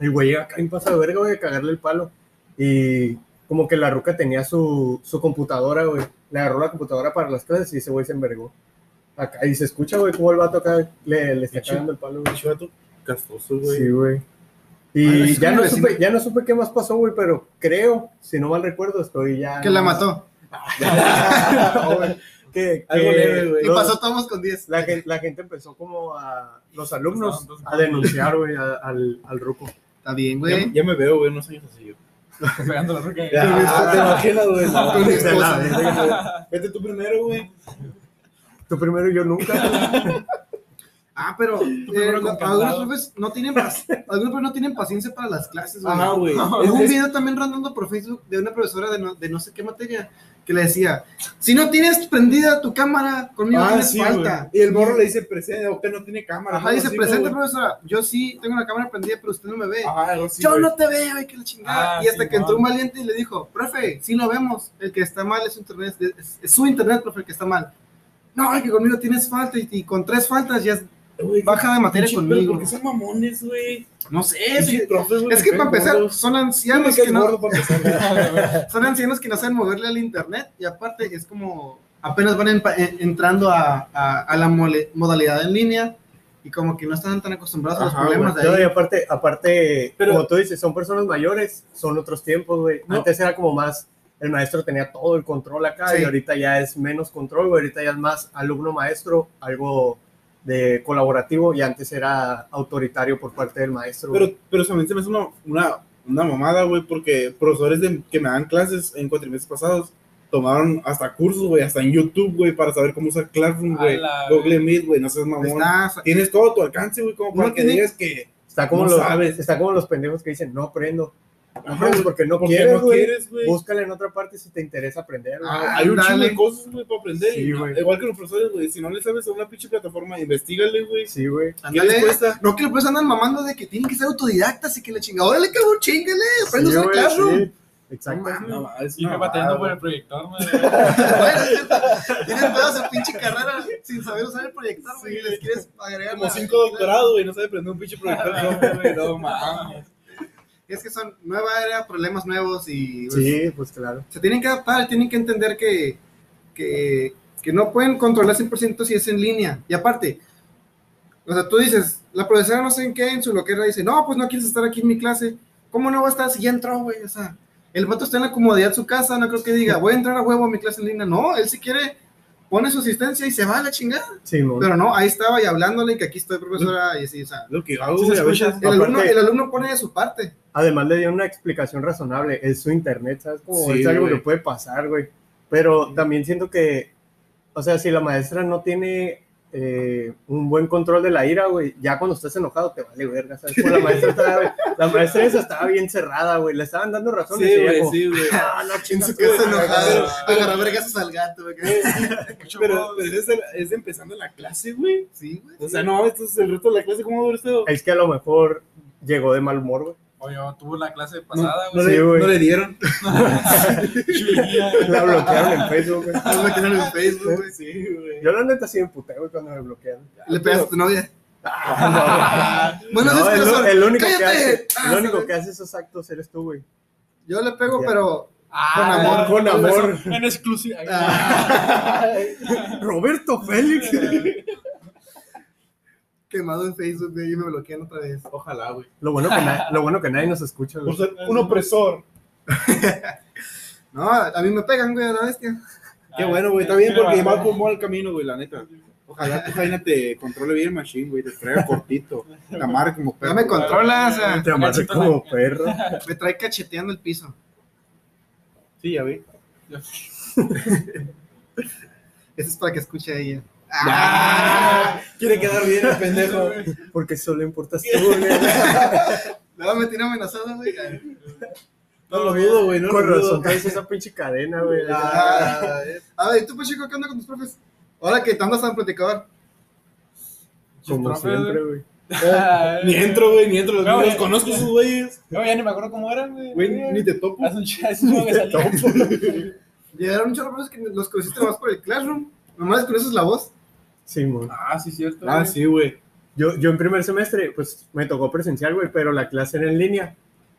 [SPEAKER 1] El güey llega acá en paso de verga, güey, a cagarle el palo. Y como que la ruca tenía su, su computadora, güey. Le agarró la computadora para las clases y ese güey se envergó. Acá, y se escucha, güey, cómo el vato acá le, le está
[SPEAKER 3] Pinche-
[SPEAKER 1] cagando el palo, güey.
[SPEAKER 3] Pinche vato Castroso, güey.
[SPEAKER 1] Sí, güey.
[SPEAKER 2] Ay,
[SPEAKER 1] Y
[SPEAKER 2] es
[SPEAKER 1] ya
[SPEAKER 2] mi
[SPEAKER 1] no,
[SPEAKER 2] vecino.
[SPEAKER 1] supe, ya no supe qué más pasó, güey, pero creo, si no mal recuerdo, estoy ya.
[SPEAKER 2] Que la mató.
[SPEAKER 1] No, güey. que,
[SPEAKER 3] Algo
[SPEAKER 1] que
[SPEAKER 3] leve, güey.
[SPEAKER 2] Y
[SPEAKER 1] los-
[SPEAKER 2] pasó todos con 10.
[SPEAKER 1] La, gen- la gente empezó como a. Los alumnos
[SPEAKER 4] Estaban todos-
[SPEAKER 1] a denunciar, güey, a- al, al ruco.
[SPEAKER 2] Está bien,
[SPEAKER 3] Ya,
[SPEAKER 2] güey.
[SPEAKER 3] ya me veo, güey, unos años así. Yo.
[SPEAKER 4] Pegando la ruca.
[SPEAKER 3] Ah, pues, te imaginas, güey. No,
[SPEAKER 2] Con
[SPEAKER 3] güey.
[SPEAKER 1] Se la
[SPEAKER 2] esposa.
[SPEAKER 1] verga.
[SPEAKER 3] Vete tú primero, güey.
[SPEAKER 1] Tú primero y yo nunca.
[SPEAKER 2] Ah, pero eh,
[SPEAKER 4] primero
[SPEAKER 2] lo-
[SPEAKER 4] con
[SPEAKER 2] algunos
[SPEAKER 4] candado.
[SPEAKER 2] profes no tienen pas- algunos profes no tienen paciencia para las clases, güey.
[SPEAKER 3] Ajá, güey.
[SPEAKER 2] Hubo Ah, un
[SPEAKER 3] Es-
[SPEAKER 2] video también rondando por Facebook de una profesora de no, de no sé qué materia que le decía, si no tienes prendida tu cámara, conmigo
[SPEAKER 3] Ah,
[SPEAKER 2] tienes
[SPEAKER 3] sí,
[SPEAKER 2] falta.
[SPEAKER 3] güey. Y el morro le dice presente, usted no tiene cámara.
[SPEAKER 2] Ajá,
[SPEAKER 3] ¿no?
[SPEAKER 2] dice,
[SPEAKER 3] Así,
[SPEAKER 2] presente,
[SPEAKER 3] güey.
[SPEAKER 2] profesora, yo sí tengo la cámara prendida, pero usted no me ve.
[SPEAKER 3] Ajá, algo así,
[SPEAKER 2] yo
[SPEAKER 3] güey.
[SPEAKER 2] no te veo, ay, que la chingada.
[SPEAKER 4] Ah,
[SPEAKER 2] y hasta
[SPEAKER 4] sí,
[SPEAKER 2] que entró
[SPEAKER 4] no.
[SPEAKER 2] un valiente y le dijo, profe, sí lo vemos, el que está mal es su internet, es, es su internet, profe, el que está mal. No, ay, que conmigo tienes falta y, y con tres faltas ya es-
[SPEAKER 3] Güey,
[SPEAKER 2] baja de materia
[SPEAKER 3] pinche, pero
[SPEAKER 2] conmigo.
[SPEAKER 3] ¿Por qué son mamones, güey?
[SPEAKER 2] No sé,
[SPEAKER 3] Pinche
[SPEAKER 2] es,
[SPEAKER 3] profes, güey,
[SPEAKER 2] es que
[SPEAKER 3] me
[SPEAKER 2] para
[SPEAKER 3] caen
[SPEAKER 2] empezar,
[SPEAKER 3] gordos.
[SPEAKER 2] son
[SPEAKER 3] Tú me
[SPEAKER 2] ancianos,
[SPEAKER 3] caes
[SPEAKER 2] que no,
[SPEAKER 3] gordo para empezar, güey.
[SPEAKER 2] son ancianos que no saben moverle al internet y aparte es como apenas van empa- en- entrando a, a- a la mole- modalidad en línea y como que no están tan acostumbrados a
[SPEAKER 3] Ajá,
[SPEAKER 2] los problemas de
[SPEAKER 1] Ah, No,
[SPEAKER 2] ahí.
[SPEAKER 1] y aparte, aparte
[SPEAKER 3] Pero-
[SPEAKER 1] como tú dices, son personas mayores, son otros tiempos, güey.
[SPEAKER 3] No.
[SPEAKER 1] Antes era como más, el maestro tenía todo el control acá
[SPEAKER 2] Sí.
[SPEAKER 1] y ahorita ya es menos control, güey. Ahorita ya es más alumno-maestro, algo de colaborativo y antes era autoritario por parte del maestro. güey.
[SPEAKER 3] Pero, pero también se me hace una, una, una mamada, güey, porque profesores de- que me dan clases en cuatrimestres pasados tomaron hasta cursos, güey, hasta en YouTube, güey, para saber cómo usar Classroom,
[SPEAKER 4] A
[SPEAKER 3] güey,
[SPEAKER 4] la
[SPEAKER 3] Google Meet, güey, no seas mamón.
[SPEAKER 2] Está-
[SPEAKER 3] Tienes todo a tu alcance, güey, como para
[SPEAKER 2] No
[SPEAKER 3] que
[SPEAKER 2] tiene-
[SPEAKER 3] digas que
[SPEAKER 1] está, como
[SPEAKER 3] no
[SPEAKER 1] los,
[SPEAKER 3] sabes.
[SPEAKER 1] está como los pendejos que dicen, no aprendo. No
[SPEAKER 3] Ajá,
[SPEAKER 1] aprendes
[SPEAKER 3] güey,
[SPEAKER 1] porque no
[SPEAKER 3] ¿por qué
[SPEAKER 1] quieres,
[SPEAKER 3] no
[SPEAKER 1] güey.
[SPEAKER 3] quieres, güey.
[SPEAKER 1] Búscala en otra parte si te interesa aprender. güey.
[SPEAKER 2] Ah,
[SPEAKER 3] Ah, Hay un chingo
[SPEAKER 2] dale.
[SPEAKER 3] de cosas, güey, para aprender.
[SPEAKER 1] Sí,
[SPEAKER 3] y-
[SPEAKER 1] güey.
[SPEAKER 3] igual que los profesores, güey, si no le sabes a una pinche plataforma, investigale, güey.
[SPEAKER 1] Sí, güey.
[SPEAKER 3] ¿Qué
[SPEAKER 2] Ándale.
[SPEAKER 3] les cuesta?
[SPEAKER 2] No que los profes andan mamando de que tienen que ser autodidactas y que la chingada. Órale, cabrón, chingale. Aprende
[SPEAKER 1] Sí,
[SPEAKER 2] a usar
[SPEAKER 1] güey,
[SPEAKER 2] Classroom.
[SPEAKER 1] sí. Exacto.
[SPEAKER 3] No, ma, es
[SPEAKER 4] Y
[SPEAKER 3] una
[SPEAKER 4] que batallando por
[SPEAKER 3] mamada,
[SPEAKER 4] el proyector, güey.
[SPEAKER 2] Bueno, tienen toda su pinche carrera sin saber usar el proyector, güey. y les quieres agregar
[SPEAKER 3] Como
[SPEAKER 2] la-
[SPEAKER 3] cinco doctorados, güey, no sabe prender un pinche proyector. No, güey, no mames.
[SPEAKER 2] Es que son nueva era, problemas nuevos y pues,
[SPEAKER 1] Sí, pues claro.
[SPEAKER 2] se tienen que adaptar, tienen que entender que, que, que no pueden controlar 100% si es en línea. Y aparte, o sea, tú dices, la profesora no sé en qué, en su loquera dice, no, pues no quieres estar aquí en mi clase. ¿Cómo no va a estar si ya entró, güey? O sea, el vato está en la comodidad de su casa, no creo que diga, voy a entrar a huevo a mi clase en línea. No, él si quiere pone su asistencia y se va a la chingada.
[SPEAKER 1] Sí, mon.
[SPEAKER 2] Pero no, ahí estaba y hablándole que aquí estoy, profesora, y así, o sea,
[SPEAKER 3] Lo que hago,
[SPEAKER 1] Sí se
[SPEAKER 3] güey,
[SPEAKER 1] escucha.
[SPEAKER 3] a veces.
[SPEAKER 2] el alumno,
[SPEAKER 1] Aparte-
[SPEAKER 2] el alumno pone de su parte.
[SPEAKER 1] Además le dio una explicación razonable, es su internet, ¿sabes? Como
[SPEAKER 3] Sí,
[SPEAKER 1] es algo
[SPEAKER 3] güey.
[SPEAKER 1] que puede pasar, güey. Pero también siento que, o sea, si la maestra no tiene eh, un buen control de la ira, güey, ya cuando estás enojado te vale verga, ¿sabes? Como la maestra estaba, la maestra esa estaba bien cerrada, güey, le estaban dando razón.
[SPEAKER 3] Sí, güey, sí, güey.
[SPEAKER 1] Ah, no,
[SPEAKER 2] En
[SPEAKER 1] chingas,
[SPEAKER 2] su
[SPEAKER 1] güey".
[SPEAKER 2] casa enojado,
[SPEAKER 3] pero-
[SPEAKER 2] agarrar vergas al gato, güey.
[SPEAKER 3] Pero, pero es, de- es de empezando la clase, güey.
[SPEAKER 2] Sí, güey.
[SPEAKER 3] O sea, no, esto es el resto de la clase, ¿cómo dura esto?
[SPEAKER 1] Es que a lo mejor llegó de mal humor, güey.
[SPEAKER 4] Oye, tuvo la clase pasada,
[SPEAKER 1] no
[SPEAKER 4] güey.
[SPEAKER 1] le- Sí, güey.
[SPEAKER 3] no le dieron.
[SPEAKER 4] Chulilla, güey.
[SPEAKER 1] La bloquearon en Facebook, güey.
[SPEAKER 2] Lo metieron en Facebook, güey.
[SPEAKER 3] Sí, güey.
[SPEAKER 1] Yo la neta sí me emputé, güey, cuando me bloquearon.
[SPEAKER 2] Le pegas a tu novia. Bueno,
[SPEAKER 1] No,
[SPEAKER 2] es que
[SPEAKER 1] el,
[SPEAKER 2] son-
[SPEAKER 1] el único que
[SPEAKER 2] ¡Cállate!
[SPEAKER 1] hace,
[SPEAKER 2] Ah,
[SPEAKER 1] el único
[SPEAKER 2] sí.
[SPEAKER 1] que hace esos actos eres tú, güey.
[SPEAKER 2] Yo le pego,
[SPEAKER 1] Ya.
[SPEAKER 2] pero.
[SPEAKER 4] Ah,
[SPEAKER 2] amor, Ah,
[SPEAKER 1] con
[SPEAKER 4] eso-
[SPEAKER 1] amor.
[SPEAKER 4] En exclusiva.
[SPEAKER 1] Roberto Félix.
[SPEAKER 2] Quemado en Facebook, güey, y me bloquean otra vez.
[SPEAKER 3] Ojalá, güey.
[SPEAKER 1] Lo bueno que, na- lo bueno que nadie nos escucha,
[SPEAKER 3] Por
[SPEAKER 1] güey.
[SPEAKER 3] ser un opresor.
[SPEAKER 2] No, a mí me pegan, güey, a la bestia.
[SPEAKER 3] Qué bueno,
[SPEAKER 4] Ah,
[SPEAKER 3] güey. Está bien porque va como al camino, güey, la neta. Ojalá tu vaina te controle bien el machine, güey. Te traiga cortito. La marca como
[SPEAKER 2] Ya me controlas, o
[SPEAKER 3] ah,
[SPEAKER 2] sea,
[SPEAKER 1] Te amarré como perro.
[SPEAKER 2] me trae cacheteando el piso.
[SPEAKER 3] Sí, ya vi.
[SPEAKER 2] Eso es para que escuche a ella.
[SPEAKER 3] Quiere quedar bien el pendejo.
[SPEAKER 1] Porque solo importas tú, güey.
[SPEAKER 2] Le va a meter amenazada, güey.
[SPEAKER 3] No lo dudo, Ah, güey. No
[SPEAKER 1] Con
[SPEAKER 3] lo
[SPEAKER 1] razón
[SPEAKER 3] dudo.
[SPEAKER 1] traes esa pinche cadena, güey.
[SPEAKER 2] Ah. A ver, ¿y tú, Pacheco, qué onda con tus profes? Ahora que tanto están platicador.
[SPEAKER 1] Como
[SPEAKER 4] Chis, profe,
[SPEAKER 1] siempre, güey.
[SPEAKER 3] Ni entro, güey, ni entro. Los,
[SPEAKER 4] No,
[SPEAKER 3] los
[SPEAKER 4] güey.
[SPEAKER 3] conozco esos güeyes.
[SPEAKER 4] No, ya ni me acuerdo cómo eran, güey.
[SPEAKER 3] Güey, ni te topo.
[SPEAKER 4] Hace un ch- hace un chingo que salí.
[SPEAKER 2] Llegaron muchos personas que los conociste nomás por el Classroom. Nomás conoces la voz.
[SPEAKER 1] Simón.
[SPEAKER 4] Ah, sí, cierto.
[SPEAKER 3] Ah,
[SPEAKER 4] güey.
[SPEAKER 3] sí, güey.
[SPEAKER 1] Yo, yo en primer semestre, pues me tocó presencial, güey, pero la clase era en línea.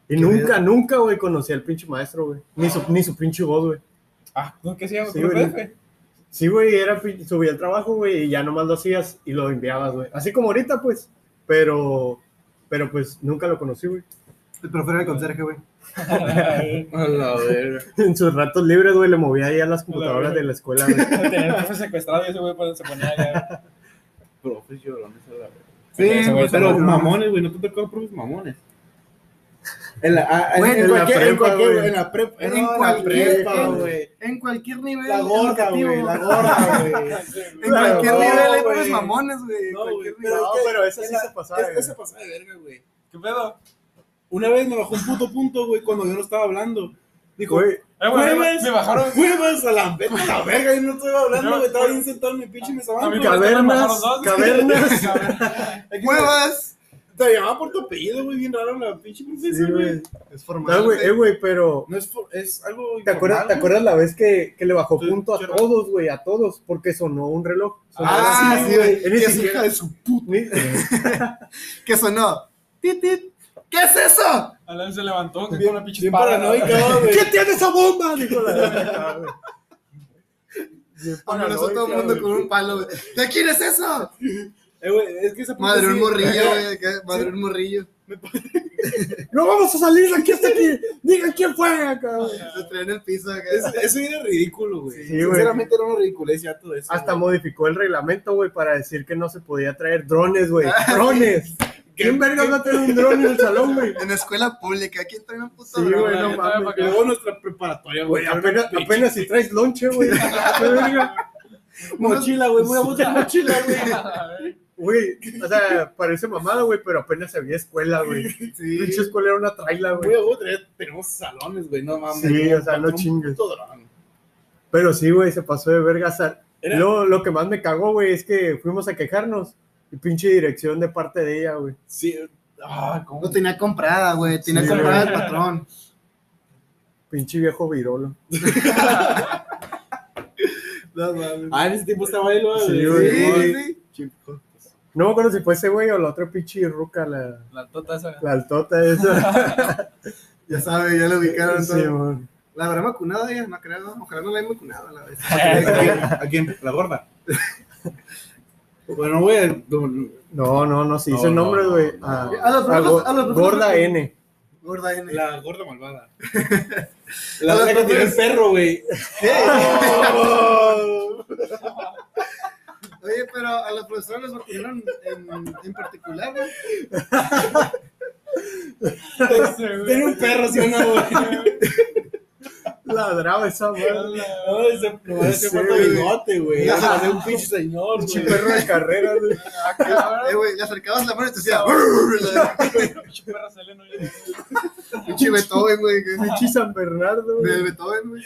[SPEAKER 1] Y nunca, nunca, güey, conocí al pinche maestro, güey. Ni su, ni su pinche voz, güey.
[SPEAKER 4] Ah, ¿no? ¿Qué se llama?
[SPEAKER 1] Sí,
[SPEAKER 4] ¿Puro
[SPEAKER 1] güey.
[SPEAKER 4] PF?
[SPEAKER 1] Sí, güey, era, pin- subía al trabajo, güey, y ya nomás lo hacías y lo enviabas, güey. Así como ahorita, pues. Pero, pero pues nunca lo conocí, güey.
[SPEAKER 2] El profe era el conserje, güey.
[SPEAKER 3] A la verga.
[SPEAKER 1] En sus ratos libres, güey, le movía ahí a las computadoras
[SPEAKER 4] verga.
[SPEAKER 1] de la escuela, güey.
[SPEAKER 4] Tener el profe secuestrado y ese güey pues, se ponía acá.
[SPEAKER 3] Profes llorones a la verga.
[SPEAKER 2] Sí,
[SPEAKER 4] Ese güey
[SPEAKER 2] pues,
[SPEAKER 4] se
[SPEAKER 3] Pero
[SPEAKER 2] no.
[SPEAKER 3] mamones, güey, no te tocó profes mamones. En la, ah,
[SPEAKER 2] Güey, en
[SPEAKER 1] cualquier- en cualquier-
[SPEAKER 3] güey,
[SPEAKER 1] en
[SPEAKER 3] la prepa,
[SPEAKER 2] en
[SPEAKER 3] no, en la
[SPEAKER 2] cualquier-
[SPEAKER 3] prepa,
[SPEAKER 2] en-
[SPEAKER 3] güey.
[SPEAKER 2] En cualquier nivel.
[SPEAKER 3] La gorda,
[SPEAKER 2] educativo.
[SPEAKER 3] güey, la gorda, güey.
[SPEAKER 4] Sí, güey.
[SPEAKER 2] En cualquier
[SPEAKER 3] No,
[SPEAKER 2] nivel hay
[SPEAKER 3] güey.
[SPEAKER 2] profes mamones, güey. En
[SPEAKER 3] No, güey,
[SPEAKER 2] cualquier
[SPEAKER 3] pero
[SPEAKER 2] nivel.
[SPEAKER 1] No,
[SPEAKER 3] es que-
[SPEAKER 1] pero esa sí
[SPEAKER 3] esa-
[SPEAKER 1] se pasaba,
[SPEAKER 3] Es-
[SPEAKER 1] güey.
[SPEAKER 3] Esa pasada de verga, güey.
[SPEAKER 4] ¿Qué pedo?
[SPEAKER 3] Una vez me bajó un puto punto, güey, cuando yo no estaba hablando. Dijo,
[SPEAKER 1] Güey,
[SPEAKER 4] Eh, güey,
[SPEAKER 3] Huevas.
[SPEAKER 4] me bajaron.
[SPEAKER 3] huevas a la, vete a la verga, yo no estaba hablando,
[SPEAKER 4] No,
[SPEAKER 3] güey, estaba
[SPEAKER 4] pero-
[SPEAKER 3] bien sentado en mi pinche mesa
[SPEAKER 4] A
[SPEAKER 3] banco.
[SPEAKER 4] mí me bajaron
[SPEAKER 1] Cavernas,
[SPEAKER 4] dos.
[SPEAKER 1] cavernas.
[SPEAKER 2] ¡Huevas!
[SPEAKER 3] Te llamaba por tu apellido, güey, bien raro la pinche princesa,
[SPEAKER 1] Sí,
[SPEAKER 3] güey.
[SPEAKER 1] güey.
[SPEAKER 2] Es formal.
[SPEAKER 1] No, güey, eh, güey, pero.
[SPEAKER 3] No es, for- es algo
[SPEAKER 1] ¿Te acuerdas, ¿Te
[SPEAKER 3] informal, güey.
[SPEAKER 1] acuerdas la vez que, que le bajó
[SPEAKER 3] Sí,
[SPEAKER 1] punto a
[SPEAKER 3] sí,
[SPEAKER 1] todos, güey? A todos, porque sonó un reloj. Sonó
[SPEAKER 2] Ah,
[SPEAKER 1] así,
[SPEAKER 2] sí, güey.
[SPEAKER 1] Ni
[SPEAKER 2] Que es
[SPEAKER 1] siquiera-
[SPEAKER 2] hija de su puta.
[SPEAKER 1] ni-
[SPEAKER 2] Que sonó. Tit, tit. ¿Qué es eso?
[SPEAKER 4] Alan se levantó con
[SPEAKER 3] Bien,
[SPEAKER 4] una pinche
[SPEAKER 3] bien
[SPEAKER 4] espada, güey.
[SPEAKER 3] paranoica, güey.
[SPEAKER 1] ¿Qué tiene esa bomba? Dijo la acá, güey. Bien
[SPEAKER 2] Amenazó
[SPEAKER 1] paranoica,
[SPEAKER 2] a todo el mundo
[SPEAKER 1] güey.
[SPEAKER 2] con un palo, güey. ¿De quién es eso?
[SPEAKER 3] Eh, güey, es que esa puta
[SPEAKER 2] Madre un
[SPEAKER 3] sí-
[SPEAKER 2] morrillo, güey. ¿qué? Madre un morrillo.
[SPEAKER 1] No vamos a salir de aquí hasta aquí. Digan quién fue acá, güey.
[SPEAKER 2] Se trae en el piso. acá.
[SPEAKER 3] Ah. Es- Eso era ridículo, güey.
[SPEAKER 1] Sí, güey.
[SPEAKER 3] Sinceramente era una ridiculez ya todo eso.
[SPEAKER 1] Hasta
[SPEAKER 3] güey.
[SPEAKER 1] modificó el reglamento, güey, para decir que no se podía traer drones, güey. ¡Drones! ¿Quién verga va a tener un drone en el salón, güey?
[SPEAKER 2] En la escuela pública. ¿Quién trae un puto
[SPEAKER 1] Sí,
[SPEAKER 2] dragón?
[SPEAKER 1] güey, no
[SPEAKER 4] Yo todavía
[SPEAKER 1] mames.
[SPEAKER 4] pa' acá.
[SPEAKER 3] Luego nuestra preparatoria, güey.
[SPEAKER 1] Güey, apenas, apenas si traes lonche, güey. Qué verga.
[SPEAKER 3] Mochila, güey. Voy a botar mochila, güey.
[SPEAKER 1] Güey, o sea, parece mamada, güey, pero apenas había escuela, güey. Pinche escuela era una traila,
[SPEAKER 3] Güey,
[SPEAKER 1] güey.
[SPEAKER 3] a botar. ya Tenemos salones, güey. No mames.
[SPEAKER 1] Sí,
[SPEAKER 3] güey,
[SPEAKER 1] o sea, no
[SPEAKER 3] un
[SPEAKER 1] chingues.
[SPEAKER 3] puto dron.
[SPEAKER 1] Pero sí, güey, se pasó de verga. o sea,
[SPEAKER 3] Era-
[SPEAKER 1] Lo, lo que más me cagó, güey, es que fuimos a quejarnos. Y pinche dirección de parte de ella, güey.
[SPEAKER 3] Sí. Ah, ¿cómo?
[SPEAKER 2] Lo tenía comprada, güey. Tenía
[SPEAKER 1] Sí,
[SPEAKER 2] comprada el
[SPEAKER 1] güey.
[SPEAKER 2] patrón.
[SPEAKER 1] Pinche viejo virolo.
[SPEAKER 2] No mames.
[SPEAKER 3] Ah, en ese tiempo estaba él, güey.
[SPEAKER 1] Sí,
[SPEAKER 2] Sí,
[SPEAKER 1] güey.
[SPEAKER 2] sí, sí.
[SPEAKER 3] Chico.
[SPEAKER 1] No me acuerdo si fue ese güey o la otra pinche ruca, la,
[SPEAKER 4] La tota esa.
[SPEAKER 1] la altota esa.
[SPEAKER 2] Ya sabe, ya lo ubicaron.
[SPEAKER 1] Sí,
[SPEAKER 2] todo.
[SPEAKER 1] mon.
[SPEAKER 2] La habrá vacunado ella, no creo, no, ojalá no la hayan vacunado a la vez.
[SPEAKER 3] ¿A quién? ¿A quién? ¿La gorda? Bueno, güey. don-
[SPEAKER 1] no, no, no, sí,
[SPEAKER 3] No,
[SPEAKER 1] hizo el
[SPEAKER 3] no,
[SPEAKER 1] nombre,
[SPEAKER 3] no,
[SPEAKER 1] güey.
[SPEAKER 3] no.
[SPEAKER 1] A,
[SPEAKER 2] A los
[SPEAKER 1] a
[SPEAKER 2] brujos-
[SPEAKER 1] go-
[SPEAKER 2] a los brujos-
[SPEAKER 1] Gorda N.
[SPEAKER 2] Gorda N.
[SPEAKER 3] La gorda malvada.
[SPEAKER 2] A
[SPEAKER 3] La
[SPEAKER 2] las
[SPEAKER 3] otra que tiene el
[SPEAKER 2] mujeres.
[SPEAKER 3] perro, güey. Oh.
[SPEAKER 2] Oye, pero a los profesores les vacunaron en, en particular, güey.
[SPEAKER 3] Tiene un perro, sí o no, güey.
[SPEAKER 1] Ladraba esa madre.
[SPEAKER 3] No, ese no, ese
[SPEAKER 1] Sí,
[SPEAKER 3] falta
[SPEAKER 1] güey.
[SPEAKER 3] bigote, güey.
[SPEAKER 2] Ya.
[SPEAKER 3] Hace un pinche señor,
[SPEAKER 1] Pinche
[SPEAKER 3] güey.
[SPEAKER 1] perro de carrera, güey.
[SPEAKER 2] Eh, güey, le acercabas la mano y te decía, "Brr", la- pinche Beethoven, güey. que-
[SPEAKER 1] Pinche San Bernardo, güey.
[SPEAKER 2] De Beethoven, güey.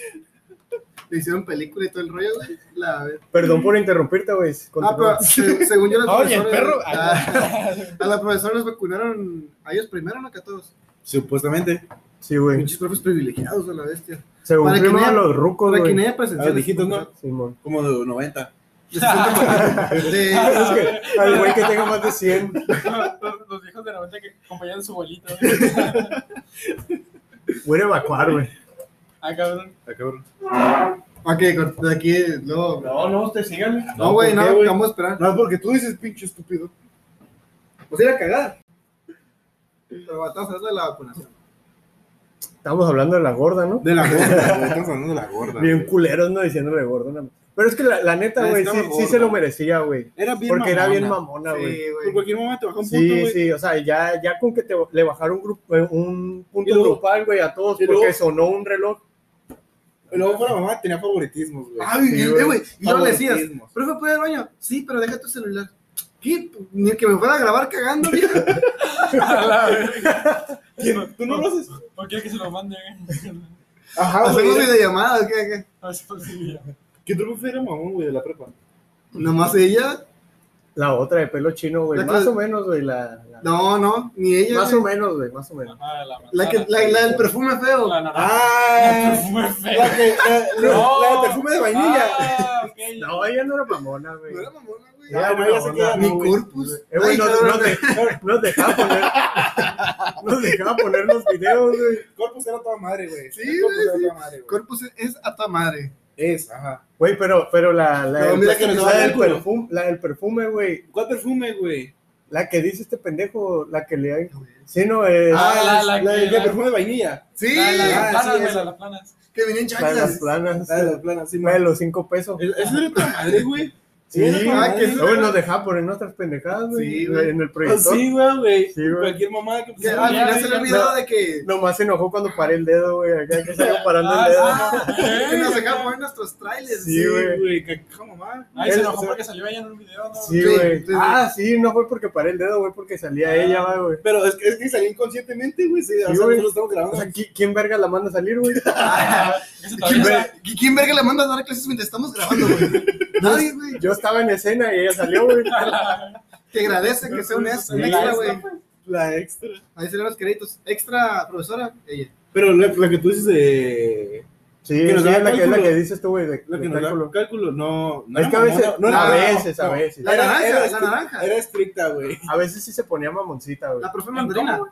[SPEAKER 2] Le hicieron película y todo el rollo, güey. La vez.
[SPEAKER 1] Perdón por interrumpirte, güey.
[SPEAKER 2] Ah,
[SPEAKER 1] Continúa.
[SPEAKER 2] pero se- según yo, los
[SPEAKER 4] No, y el
[SPEAKER 2] profesores-
[SPEAKER 4] perro.
[SPEAKER 2] Ah, A los profesores les vacunaron a ellos primero, no que a todos.
[SPEAKER 3] Supuestamente.
[SPEAKER 1] Sí, güey.
[SPEAKER 2] Pinches profes privilegiados a la bestia.
[SPEAKER 1] Según
[SPEAKER 2] Para que
[SPEAKER 1] primero
[SPEAKER 2] no haya-
[SPEAKER 1] los rucos,
[SPEAKER 2] Para que no
[SPEAKER 1] güey. Ah,
[SPEAKER 2] haya presencial.
[SPEAKER 3] A los viejitos, ¿no?
[SPEAKER 1] Simón. Ah,
[SPEAKER 3] Como de 90.
[SPEAKER 2] De 60 de-
[SPEAKER 1] Es que al güey que tenga más de 100.
[SPEAKER 4] Los los viejos de 90 que acompañan a su bolito.
[SPEAKER 1] Voy a evacuar, güey.
[SPEAKER 4] Ah, cabrón.
[SPEAKER 3] Ah, cabrón.
[SPEAKER 2] Ok, cort- de aquí, luego.
[SPEAKER 1] No, no, usted síganle.
[SPEAKER 2] No, güey,
[SPEAKER 3] ¿por
[SPEAKER 2] no,
[SPEAKER 3] qué, güey?
[SPEAKER 2] vamos a esperar.
[SPEAKER 3] No, es porque tú dices pinche estúpido.
[SPEAKER 2] Pues ir a cagar. Pero estamos hablando de la vacunación.
[SPEAKER 1] Estamos hablando de la gorda, ¿no?
[SPEAKER 3] De la gorda, güey. Estamos hablando de la gorda.
[SPEAKER 1] Bien culeros, ¿no? Diciéndole gorda. nada más. Pero es que la, la neta,
[SPEAKER 3] Ah,
[SPEAKER 1] güey,
[SPEAKER 3] estaba
[SPEAKER 1] sí, sí
[SPEAKER 3] gorda.
[SPEAKER 1] se lo merecía, güey.
[SPEAKER 3] Era bien
[SPEAKER 1] Porque era bien
[SPEAKER 3] mamona.
[SPEAKER 1] mamona, güey.
[SPEAKER 2] Sí,
[SPEAKER 3] Por
[SPEAKER 2] güey.
[SPEAKER 3] cualquier momento baja un punto,
[SPEAKER 1] Sí,
[SPEAKER 3] güey.
[SPEAKER 1] sí, o sea, ya, ya con que te, le bajaron un, grupo, un punto
[SPEAKER 3] Y luego-
[SPEAKER 1] grupal, güey, a todos,
[SPEAKER 3] y
[SPEAKER 1] porque
[SPEAKER 3] luego-
[SPEAKER 1] sonó un reloj.
[SPEAKER 3] Y Luego fuera mamá tenía favoritismos, güey.
[SPEAKER 2] Ah, bien,
[SPEAKER 1] Sí,
[SPEAKER 2] eh, güey. Y luego le decías,
[SPEAKER 3] Favoritismos.
[SPEAKER 2] profe, ¿puedo ir al baño? Sí, pero deja tu celular. ¿Qué? Ni que me fuera a grabar cagando, viejo.
[SPEAKER 4] A la verga.
[SPEAKER 3] ¿Quién? ¿Tú no lo haces?
[SPEAKER 4] ¿Por qué que se lo mande?
[SPEAKER 3] Ajá,
[SPEAKER 2] Hacemos
[SPEAKER 3] güey.
[SPEAKER 2] Ah, videollamadas, ¿qué, qué?
[SPEAKER 4] No es posible.
[SPEAKER 3] ¿Qué truco fue era mamón, güey, de la prepa?
[SPEAKER 2] Nomás ella.
[SPEAKER 1] La otra de pelo chino, güey.
[SPEAKER 2] La que-
[SPEAKER 1] Más o menos, güey. La, la-
[SPEAKER 2] No, no, ni ella.
[SPEAKER 1] más o
[SPEAKER 2] güey.
[SPEAKER 1] menos, güey. Más o menos.
[SPEAKER 4] Ajá, Ah, la
[SPEAKER 2] La, que, la, la del perfume feo.
[SPEAKER 4] La naranja. El
[SPEAKER 3] Ah,
[SPEAKER 4] perfume feo.
[SPEAKER 3] la que la,
[SPEAKER 4] No.
[SPEAKER 3] la de perfume de vainilla.
[SPEAKER 4] Ah, ok.
[SPEAKER 1] No, ella no era mamona, güey.
[SPEAKER 2] No era mamona, güey.
[SPEAKER 1] Ella
[SPEAKER 3] no,
[SPEAKER 1] era
[SPEAKER 3] ya sé que ya
[SPEAKER 1] mamona,
[SPEAKER 2] Ni
[SPEAKER 1] güey.
[SPEAKER 2] corpus.
[SPEAKER 1] Eh, güey,
[SPEAKER 2] Ay,
[SPEAKER 1] nos,
[SPEAKER 2] cabrón.
[SPEAKER 1] nos de- nos dejaba poner. Nos dejaba poner los videos, güey.
[SPEAKER 3] Corpus era toda madre, güey.
[SPEAKER 2] Sí,
[SPEAKER 3] El Corpus
[SPEAKER 2] güey,
[SPEAKER 3] era
[SPEAKER 2] sí.
[SPEAKER 3] toda madre, güey.
[SPEAKER 2] Corpus es- es a tu madre.
[SPEAKER 3] Es, ajá.
[SPEAKER 1] Güey, pero, pero la, la,
[SPEAKER 2] No,
[SPEAKER 1] del-
[SPEAKER 2] mira que
[SPEAKER 1] la
[SPEAKER 2] nos va
[SPEAKER 1] del
[SPEAKER 3] el culo.
[SPEAKER 1] perfume, la del perfume, güey.
[SPEAKER 3] ¿Cuál perfume, güey?
[SPEAKER 1] La que dice este pendejo, la que le hay. Sí, no, es.
[SPEAKER 4] Ah, la- la
[SPEAKER 3] La
[SPEAKER 4] que-
[SPEAKER 3] del perfume de vainilla.
[SPEAKER 2] Sí,
[SPEAKER 4] La- la- las
[SPEAKER 3] Ah,
[SPEAKER 4] planas,
[SPEAKER 3] sí,
[SPEAKER 4] güey,
[SPEAKER 3] esa.
[SPEAKER 4] las planas.
[SPEAKER 2] que vienen
[SPEAKER 1] la de las
[SPEAKER 2] chacas.
[SPEAKER 1] planas.
[SPEAKER 3] La de la plana, sí,
[SPEAKER 1] La de
[SPEAKER 3] güey.
[SPEAKER 1] los cinco pesos.
[SPEAKER 3] Esa era toda madre, güey.
[SPEAKER 1] Sí,
[SPEAKER 3] era toda
[SPEAKER 2] ah,
[SPEAKER 3] madre.
[SPEAKER 2] que-
[SPEAKER 1] Luego nos dejaba poner nuestras pendejadas, güey.
[SPEAKER 2] Sí, güey.
[SPEAKER 1] En el
[SPEAKER 3] Ah,
[SPEAKER 1] proyector.
[SPEAKER 3] Sí, güey, güey.
[SPEAKER 1] Sí, güey.
[SPEAKER 3] Cualquier mamada que
[SPEAKER 2] Que
[SPEAKER 3] pusiera.
[SPEAKER 2] al
[SPEAKER 3] ya,
[SPEAKER 2] final se le
[SPEAKER 3] ya,
[SPEAKER 2] olvidó
[SPEAKER 3] ya.
[SPEAKER 2] de que,
[SPEAKER 1] Nomás se enojó cuando paré el dedo, güey. Acá que estaba parando el dedo.
[SPEAKER 4] Ah,
[SPEAKER 2] que nos
[SPEAKER 4] ok.
[SPEAKER 2] dejaban poner nuestros trailers.
[SPEAKER 1] Sí,
[SPEAKER 3] Sí,
[SPEAKER 1] güey.
[SPEAKER 3] güey. qué- qué mamada.
[SPEAKER 4] Ahí se
[SPEAKER 1] Él-
[SPEAKER 4] enojó
[SPEAKER 1] se-
[SPEAKER 4] porque salió ella en un video, ¿no?
[SPEAKER 1] Sí,
[SPEAKER 2] Sí,
[SPEAKER 1] güey.
[SPEAKER 2] sí, sí.
[SPEAKER 1] ah, sí, no fue porque paré el dedo, güey, porque salía
[SPEAKER 4] Ah.
[SPEAKER 1] ella, va, güey.
[SPEAKER 3] Pero es que, es que salió inconscientemente, güey. Sí, o sea,
[SPEAKER 1] güey.
[SPEAKER 3] nosotros lo estamos grabando.
[SPEAKER 1] O sea, ¿qui- ¿quién verga la manda a salir, güey?
[SPEAKER 4] Ese
[SPEAKER 2] ¿Quién,
[SPEAKER 4] todavía está-
[SPEAKER 2] ver- ¿Quién verga le manda a dar clases mientras estamos grabando, güey? Nadie, güey.
[SPEAKER 1] Yo estaba en escena y ella salió, güey.
[SPEAKER 2] Que agradece que sea un ex- un
[SPEAKER 4] Sí,
[SPEAKER 2] extra,
[SPEAKER 4] la
[SPEAKER 2] güey.
[SPEAKER 3] La extra.
[SPEAKER 2] Ahí se le dan los créditos. Extra profesora, ella.
[SPEAKER 3] Pero lo, lo que tú dices de.
[SPEAKER 1] Sí,
[SPEAKER 3] Que nos
[SPEAKER 1] sí,
[SPEAKER 3] da
[SPEAKER 1] es la que, es la
[SPEAKER 3] cálculo.
[SPEAKER 1] que dices tú, güey, de,
[SPEAKER 3] Lo que
[SPEAKER 1] de
[SPEAKER 3] nos da
[SPEAKER 1] cálculo.
[SPEAKER 3] cálculo. No, no
[SPEAKER 1] Es que a
[SPEAKER 3] mamona,
[SPEAKER 1] veces,
[SPEAKER 3] no era
[SPEAKER 1] a
[SPEAKER 3] mamona.
[SPEAKER 1] veces, a
[SPEAKER 3] No,
[SPEAKER 1] veces.
[SPEAKER 2] La naranja, la
[SPEAKER 3] estricta-
[SPEAKER 2] naranja.
[SPEAKER 3] Era estricta, güey.
[SPEAKER 1] A veces sí se ponía mamoncita, güey.
[SPEAKER 2] La
[SPEAKER 3] Ah.
[SPEAKER 2] profe
[SPEAKER 4] ¿Cómo,
[SPEAKER 2] mandarina.
[SPEAKER 4] güey?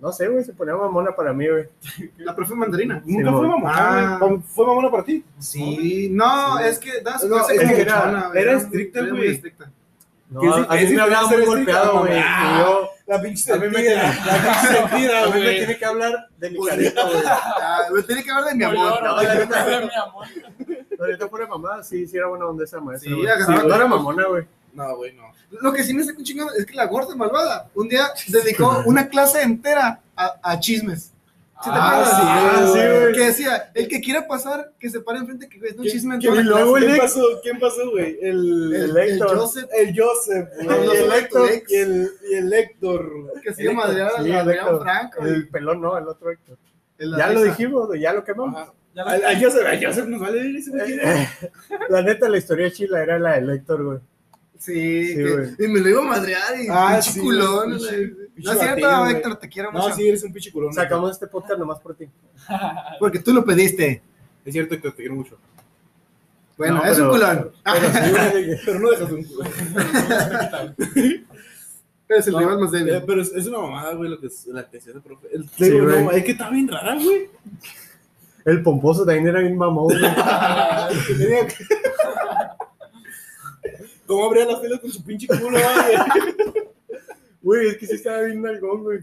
[SPEAKER 1] No sé, güey, se ponía mamona para mí, güey.
[SPEAKER 2] La profe mandarina.
[SPEAKER 3] Nunca
[SPEAKER 1] mo-
[SPEAKER 3] fue mamona,
[SPEAKER 2] Ah.
[SPEAKER 3] güey. ¿Fue mamona para ti?
[SPEAKER 2] Sí, no, es que da su
[SPEAKER 1] No,
[SPEAKER 2] clase
[SPEAKER 1] es
[SPEAKER 2] como
[SPEAKER 1] que era-
[SPEAKER 2] chona, güey.
[SPEAKER 3] era
[SPEAKER 2] muy-
[SPEAKER 3] estricta,
[SPEAKER 2] muy
[SPEAKER 3] güey.
[SPEAKER 2] estricta.
[SPEAKER 1] No,
[SPEAKER 3] Que sí-
[SPEAKER 1] a mí
[SPEAKER 3] es
[SPEAKER 1] me hablaba muy
[SPEAKER 3] diferente,
[SPEAKER 1] golpeado, güey.
[SPEAKER 3] mamá.
[SPEAKER 1] y yo-
[SPEAKER 3] La pinche
[SPEAKER 1] A mí me
[SPEAKER 3] sentida,
[SPEAKER 1] tiene-
[SPEAKER 3] La pinche sentida,
[SPEAKER 1] A mí me
[SPEAKER 3] güey.
[SPEAKER 1] tiene que hablar de mi
[SPEAKER 2] Pues,
[SPEAKER 1] carita, güey.
[SPEAKER 2] Ah, güey, tiene que hablar de mi amor.
[SPEAKER 4] Yo,
[SPEAKER 1] no, la
[SPEAKER 4] yo,
[SPEAKER 1] neta.
[SPEAKER 4] mi amor.
[SPEAKER 1] Pero esta fuera mamá, sí, sí era buena onda esa maestra,
[SPEAKER 2] Sí,
[SPEAKER 1] güey.
[SPEAKER 2] agarraba
[SPEAKER 1] Sí, no era
[SPEAKER 2] todo.
[SPEAKER 1] mamona, güey.
[SPEAKER 3] No, güey, no.
[SPEAKER 2] Lo que sí me saca un chingón es que la gorda malvada un día dedicó una clase entera a, a chismes. ¿Sí te
[SPEAKER 4] Ah,
[SPEAKER 2] acuerdas?
[SPEAKER 4] sí,
[SPEAKER 1] ah, sí, güey.
[SPEAKER 2] Que decía, el que quiera pasar, que se pare enfrente, que es un chisme en
[SPEAKER 1] qué
[SPEAKER 2] toda la
[SPEAKER 1] Y luego
[SPEAKER 3] ¿Quién
[SPEAKER 1] el ex.
[SPEAKER 3] pasó? ¿Quién pasó, güey?
[SPEAKER 1] El
[SPEAKER 3] El, el,
[SPEAKER 2] clase.
[SPEAKER 1] Héctor.
[SPEAKER 2] Joseph,
[SPEAKER 3] Joseph,
[SPEAKER 1] El
[SPEAKER 3] güey.
[SPEAKER 2] Héctor.
[SPEAKER 3] Y el, y el Héctor.
[SPEAKER 2] que se
[SPEAKER 1] El
[SPEAKER 2] llama Adrián,
[SPEAKER 1] Héctor, sí, el
[SPEAKER 2] Adrián
[SPEAKER 1] Héctor.
[SPEAKER 2] Franco.
[SPEAKER 1] El pelón no, el otro Héctor.
[SPEAKER 2] el- la
[SPEAKER 1] Ya lo
[SPEAKER 2] risa.
[SPEAKER 1] dijimos, güey, ya lo quemamos.
[SPEAKER 3] Ajá.
[SPEAKER 4] Ya la-
[SPEAKER 3] Al- al Joseph, al Joseph nos vale ver ese güey.
[SPEAKER 1] Eh, la neta, la historia chila era la del Héctor, güey.
[SPEAKER 2] Sí,
[SPEAKER 1] Sí,
[SPEAKER 2] que-
[SPEAKER 1] güey.
[SPEAKER 2] y me lo iba a madrear y
[SPEAKER 3] Ah,
[SPEAKER 2] pinche
[SPEAKER 3] sí,
[SPEAKER 2] culón,
[SPEAKER 3] pinche-
[SPEAKER 2] güey.
[SPEAKER 3] pinche
[SPEAKER 2] No es
[SPEAKER 3] batido,
[SPEAKER 2] cierto,
[SPEAKER 3] güey.
[SPEAKER 2] Héctor, te quiero mucho.
[SPEAKER 3] No, sí, eres un pinche culón.
[SPEAKER 1] Sacamos este podcast nomás por ti.
[SPEAKER 2] Porque tú lo pediste.
[SPEAKER 3] Es cierto que te quiero mucho.
[SPEAKER 2] Bueno,
[SPEAKER 1] No,
[SPEAKER 2] es un
[SPEAKER 1] pero-
[SPEAKER 2] culón. Ah,
[SPEAKER 1] Pero sí, güey,
[SPEAKER 3] Pero no dejas un culón.
[SPEAKER 2] Pero es el
[SPEAKER 3] No,
[SPEAKER 2] rival más débil.
[SPEAKER 3] Eh, pero es, es una mamada, güey, lo que es la que decía el profe. El,
[SPEAKER 1] Sí,
[SPEAKER 3] digo,
[SPEAKER 1] güey.
[SPEAKER 3] no, es que está bien rara, güey.
[SPEAKER 1] el pomposo también era bien mamón, güey.
[SPEAKER 3] Tenía que- ¿Cómo abría las telas con su pinche culo, güey?
[SPEAKER 1] Güey, es que sí estaba bien nalgón, güey.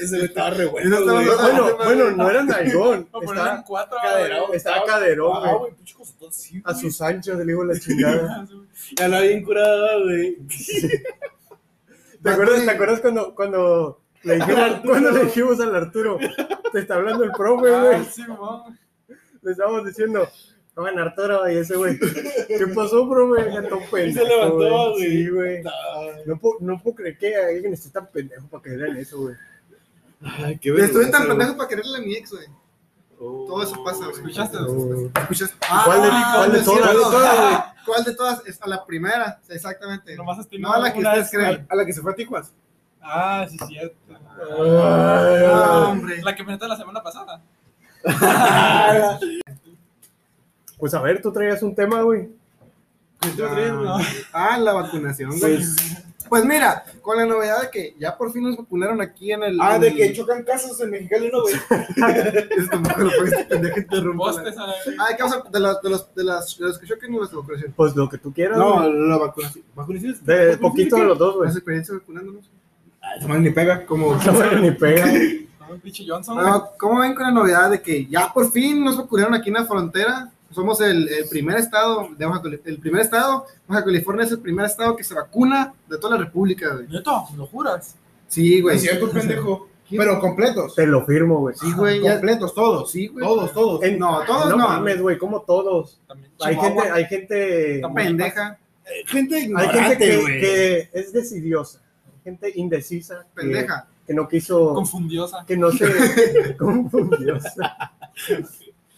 [SPEAKER 3] Ese güey estaba re
[SPEAKER 2] Eso
[SPEAKER 3] bueno,
[SPEAKER 2] estaba
[SPEAKER 3] güey.
[SPEAKER 2] más-
[SPEAKER 1] Bueno, bueno, no era nalgón.
[SPEAKER 4] Vamos a poner en
[SPEAKER 1] Estaba
[SPEAKER 4] cuatro,
[SPEAKER 1] caderón,
[SPEAKER 4] güey.
[SPEAKER 1] estaba caderón,
[SPEAKER 3] Ah,
[SPEAKER 1] güey.
[SPEAKER 3] güey, pinche cosotón, sí,
[SPEAKER 1] A
[SPEAKER 3] güey.
[SPEAKER 1] sus anchas, le digo la chingada.
[SPEAKER 3] Ya la bien curada, güey.
[SPEAKER 1] ¿Te acuerdas, ¿te acuerdas cuando, cuando, le dijimos, cuando le dijimos al Arturo? Te está hablando el profe,
[SPEAKER 4] Ah,
[SPEAKER 1] güey.
[SPEAKER 4] sí, mamá.
[SPEAKER 1] Le estábamos diciendo, oigan, Arturo, y ese güey, ¿qué pasó, profe? Ya todo
[SPEAKER 3] Y
[SPEAKER 1] pendejo,
[SPEAKER 3] se levantó,
[SPEAKER 1] güey.
[SPEAKER 3] güey.
[SPEAKER 1] Sí, güey.
[SPEAKER 3] Ay,
[SPEAKER 1] No puedo, no puedo creer que alguien esté tan pendejo para que vean eso, güey.
[SPEAKER 3] qué
[SPEAKER 2] Estuve
[SPEAKER 3] vergüenza,
[SPEAKER 2] tan
[SPEAKER 3] güey.
[SPEAKER 2] pendejo para quererle a mi ex, güey.
[SPEAKER 3] Oh.
[SPEAKER 2] Todo eso pasa, güey.
[SPEAKER 4] ¿Escuchaste?
[SPEAKER 1] No.
[SPEAKER 2] ¿Escuchas?
[SPEAKER 1] ¿Cuál de-
[SPEAKER 2] Ah,
[SPEAKER 1] cuál de
[SPEAKER 2] no es
[SPEAKER 1] todas?
[SPEAKER 2] cierto.
[SPEAKER 1] ¿Cuál de todas, güey?
[SPEAKER 2] ¿Cuál de todas? Es a la primera, sí, exactamente.
[SPEAKER 4] Nomás has tenido
[SPEAKER 2] No a la que
[SPEAKER 4] una
[SPEAKER 2] ustedes
[SPEAKER 4] vez.
[SPEAKER 2] creen.
[SPEAKER 3] A la que se fue a Tijuas.
[SPEAKER 4] Ah, sí, cierto.
[SPEAKER 2] Ah,
[SPEAKER 1] Ay,
[SPEAKER 2] hombre.
[SPEAKER 4] La que me la semana pasada.
[SPEAKER 1] Pues a ver, tú traías un tema, güey.
[SPEAKER 2] Ah, ah, la vacunación, güey.
[SPEAKER 3] Pues-
[SPEAKER 2] Pues mira, con la novedad de que ya por fin nos vacunaron aquí en el.
[SPEAKER 3] Ah,
[SPEAKER 2] en
[SPEAKER 3] de
[SPEAKER 2] el-
[SPEAKER 3] que chocan casas en Mexicali, ¿no, güey?
[SPEAKER 2] Esto tampoco lo puedes entender, que este interrumpa.
[SPEAKER 4] Postes a la
[SPEAKER 2] Ah, ¿qué vamos a de las de los de las de los que choquen y las vacunaciones?
[SPEAKER 1] Pues lo que tú quieras,
[SPEAKER 3] No,
[SPEAKER 1] güey.
[SPEAKER 3] la vacunación. ¿Vacunación? es-
[SPEAKER 1] De
[SPEAKER 3] ¿vacunación
[SPEAKER 1] poquito
[SPEAKER 3] qué?
[SPEAKER 1] de los dos, güey.
[SPEAKER 2] ¿Las experiencias vacunándonos?
[SPEAKER 3] Ah, Esa madre ni pega. Como.
[SPEAKER 1] No güey, ni pega.
[SPEAKER 4] No, pinche Johnson. güey.
[SPEAKER 2] Bueno, ¿cómo ven con la novedad de que ya por fin nos vacunaron aquí en la frontera? Somos el, el primer estado de Baja Cali- el primer estado, Baja California es el primer estado que se vacuna de toda la república, güey.
[SPEAKER 4] Neto, ¿lo juras?
[SPEAKER 2] Sí, güey.
[SPEAKER 3] Es cierto, pendejo.
[SPEAKER 2] ¿Quién?
[SPEAKER 3] Pero completos.
[SPEAKER 1] Te lo firmo, güey.
[SPEAKER 2] Sí, güey, ya-
[SPEAKER 3] Completos, todos.
[SPEAKER 2] Sí, güey.
[SPEAKER 3] Todos, todos.
[SPEAKER 1] En-
[SPEAKER 2] No, todos no.
[SPEAKER 1] mames, güey, como todos.
[SPEAKER 4] También.
[SPEAKER 1] Hay gente,
[SPEAKER 4] Chihuahua.
[SPEAKER 1] hay gente,
[SPEAKER 4] Tampoco.
[SPEAKER 2] pendeja,
[SPEAKER 3] Gente
[SPEAKER 1] hay gente
[SPEAKER 3] ignorante,
[SPEAKER 1] que,
[SPEAKER 3] güey.
[SPEAKER 1] que es decidiosa, gente indecisa, que,
[SPEAKER 2] pendeja.
[SPEAKER 1] que no quiso,
[SPEAKER 4] Confundiosa.
[SPEAKER 1] que no se confundiosa.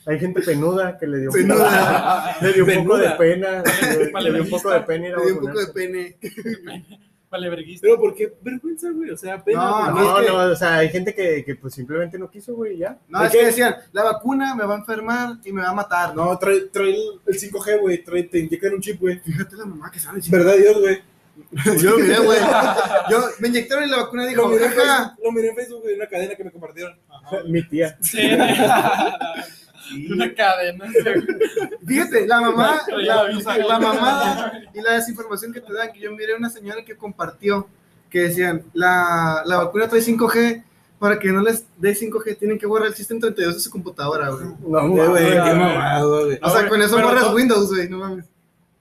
[SPEAKER 1] Hay gente penuda que le dio,
[SPEAKER 2] Penuda.
[SPEAKER 1] le dio un poco de
[SPEAKER 4] Penuda.
[SPEAKER 1] pena. Le, dio un poco de
[SPEAKER 4] Valeverguista.
[SPEAKER 1] pena ir a
[SPEAKER 2] Le dio un poco
[SPEAKER 1] vacunarse.
[SPEAKER 2] de pene.
[SPEAKER 4] Valeverguista.
[SPEAKER 3] Pero ¿por qué vergüenza, güey? O sea, pena.
[SPEAKER 2] No,
[SPEAKER 3] güey.
[SPEAKER 1] No,
[SPEAKER 2] es que-
[SPEAKER 1] no, o sea, hay gente que, que pues simplemente no quiso, güey, ya.
[SPEAKER 2] No,
[SPEAKER 3] ¿De
[SPEAKER 2] es que
[SPEAKER 3] qué?
[SPEAKER 2] decían, la vacuna me va a enfermar y me va a matar.
[SPEAKER 3] No, trae, trae el, el 5G, güey. Trae, te inyectan un chip, güey.
[SPEAKER 2] Fíjate la mamá que sabe. sí.
[SPEAKER 3] ¿Verdad, Dios, güey?
[SPEAKER 2] Yo lo miré, güey. Yo me inyectaron y la vacuna dijo,
[SPEAKER 3] Lo miré, en
[SPEAKER 2] "Ajá".
[SPEAKER 3] Facebook, lo miré en Facebook, güey, en una cadena que me compartieron.
[SPEAKER 1] Mi tía.
[SPEAKER 4] Sí. Una cadena.
[SPEAKER 2] Fíjate, la mamá,
[SPEAKER 4] Pero ya
[SPEAKER 2] la,
[SPEAKER 4] la vi.
[SPEAKER 2] o sea, la mamada y la desinformación que te dan, que yo miré una señora que compartió, que decían, la, la vacuna trae 5G, para que no les dé 5G tienen que borrar el sistema 32 de su computadora, güey.
[SPEAKER 1] No,
[SPEAKER 3] Sí, güey,
[SPEAKER 1] güey.
[SPEAKER 3] qué mamada, güey.
[SPEAKER 2] O sea,
[SPEAKER 4] No,
[SPEAKER 2] con eso
[SPEAKER 4] pero
[SPEAKER 2] borras
[SPEAKER 4] to-
[SPEAKER 2] Windows, güey, no mames.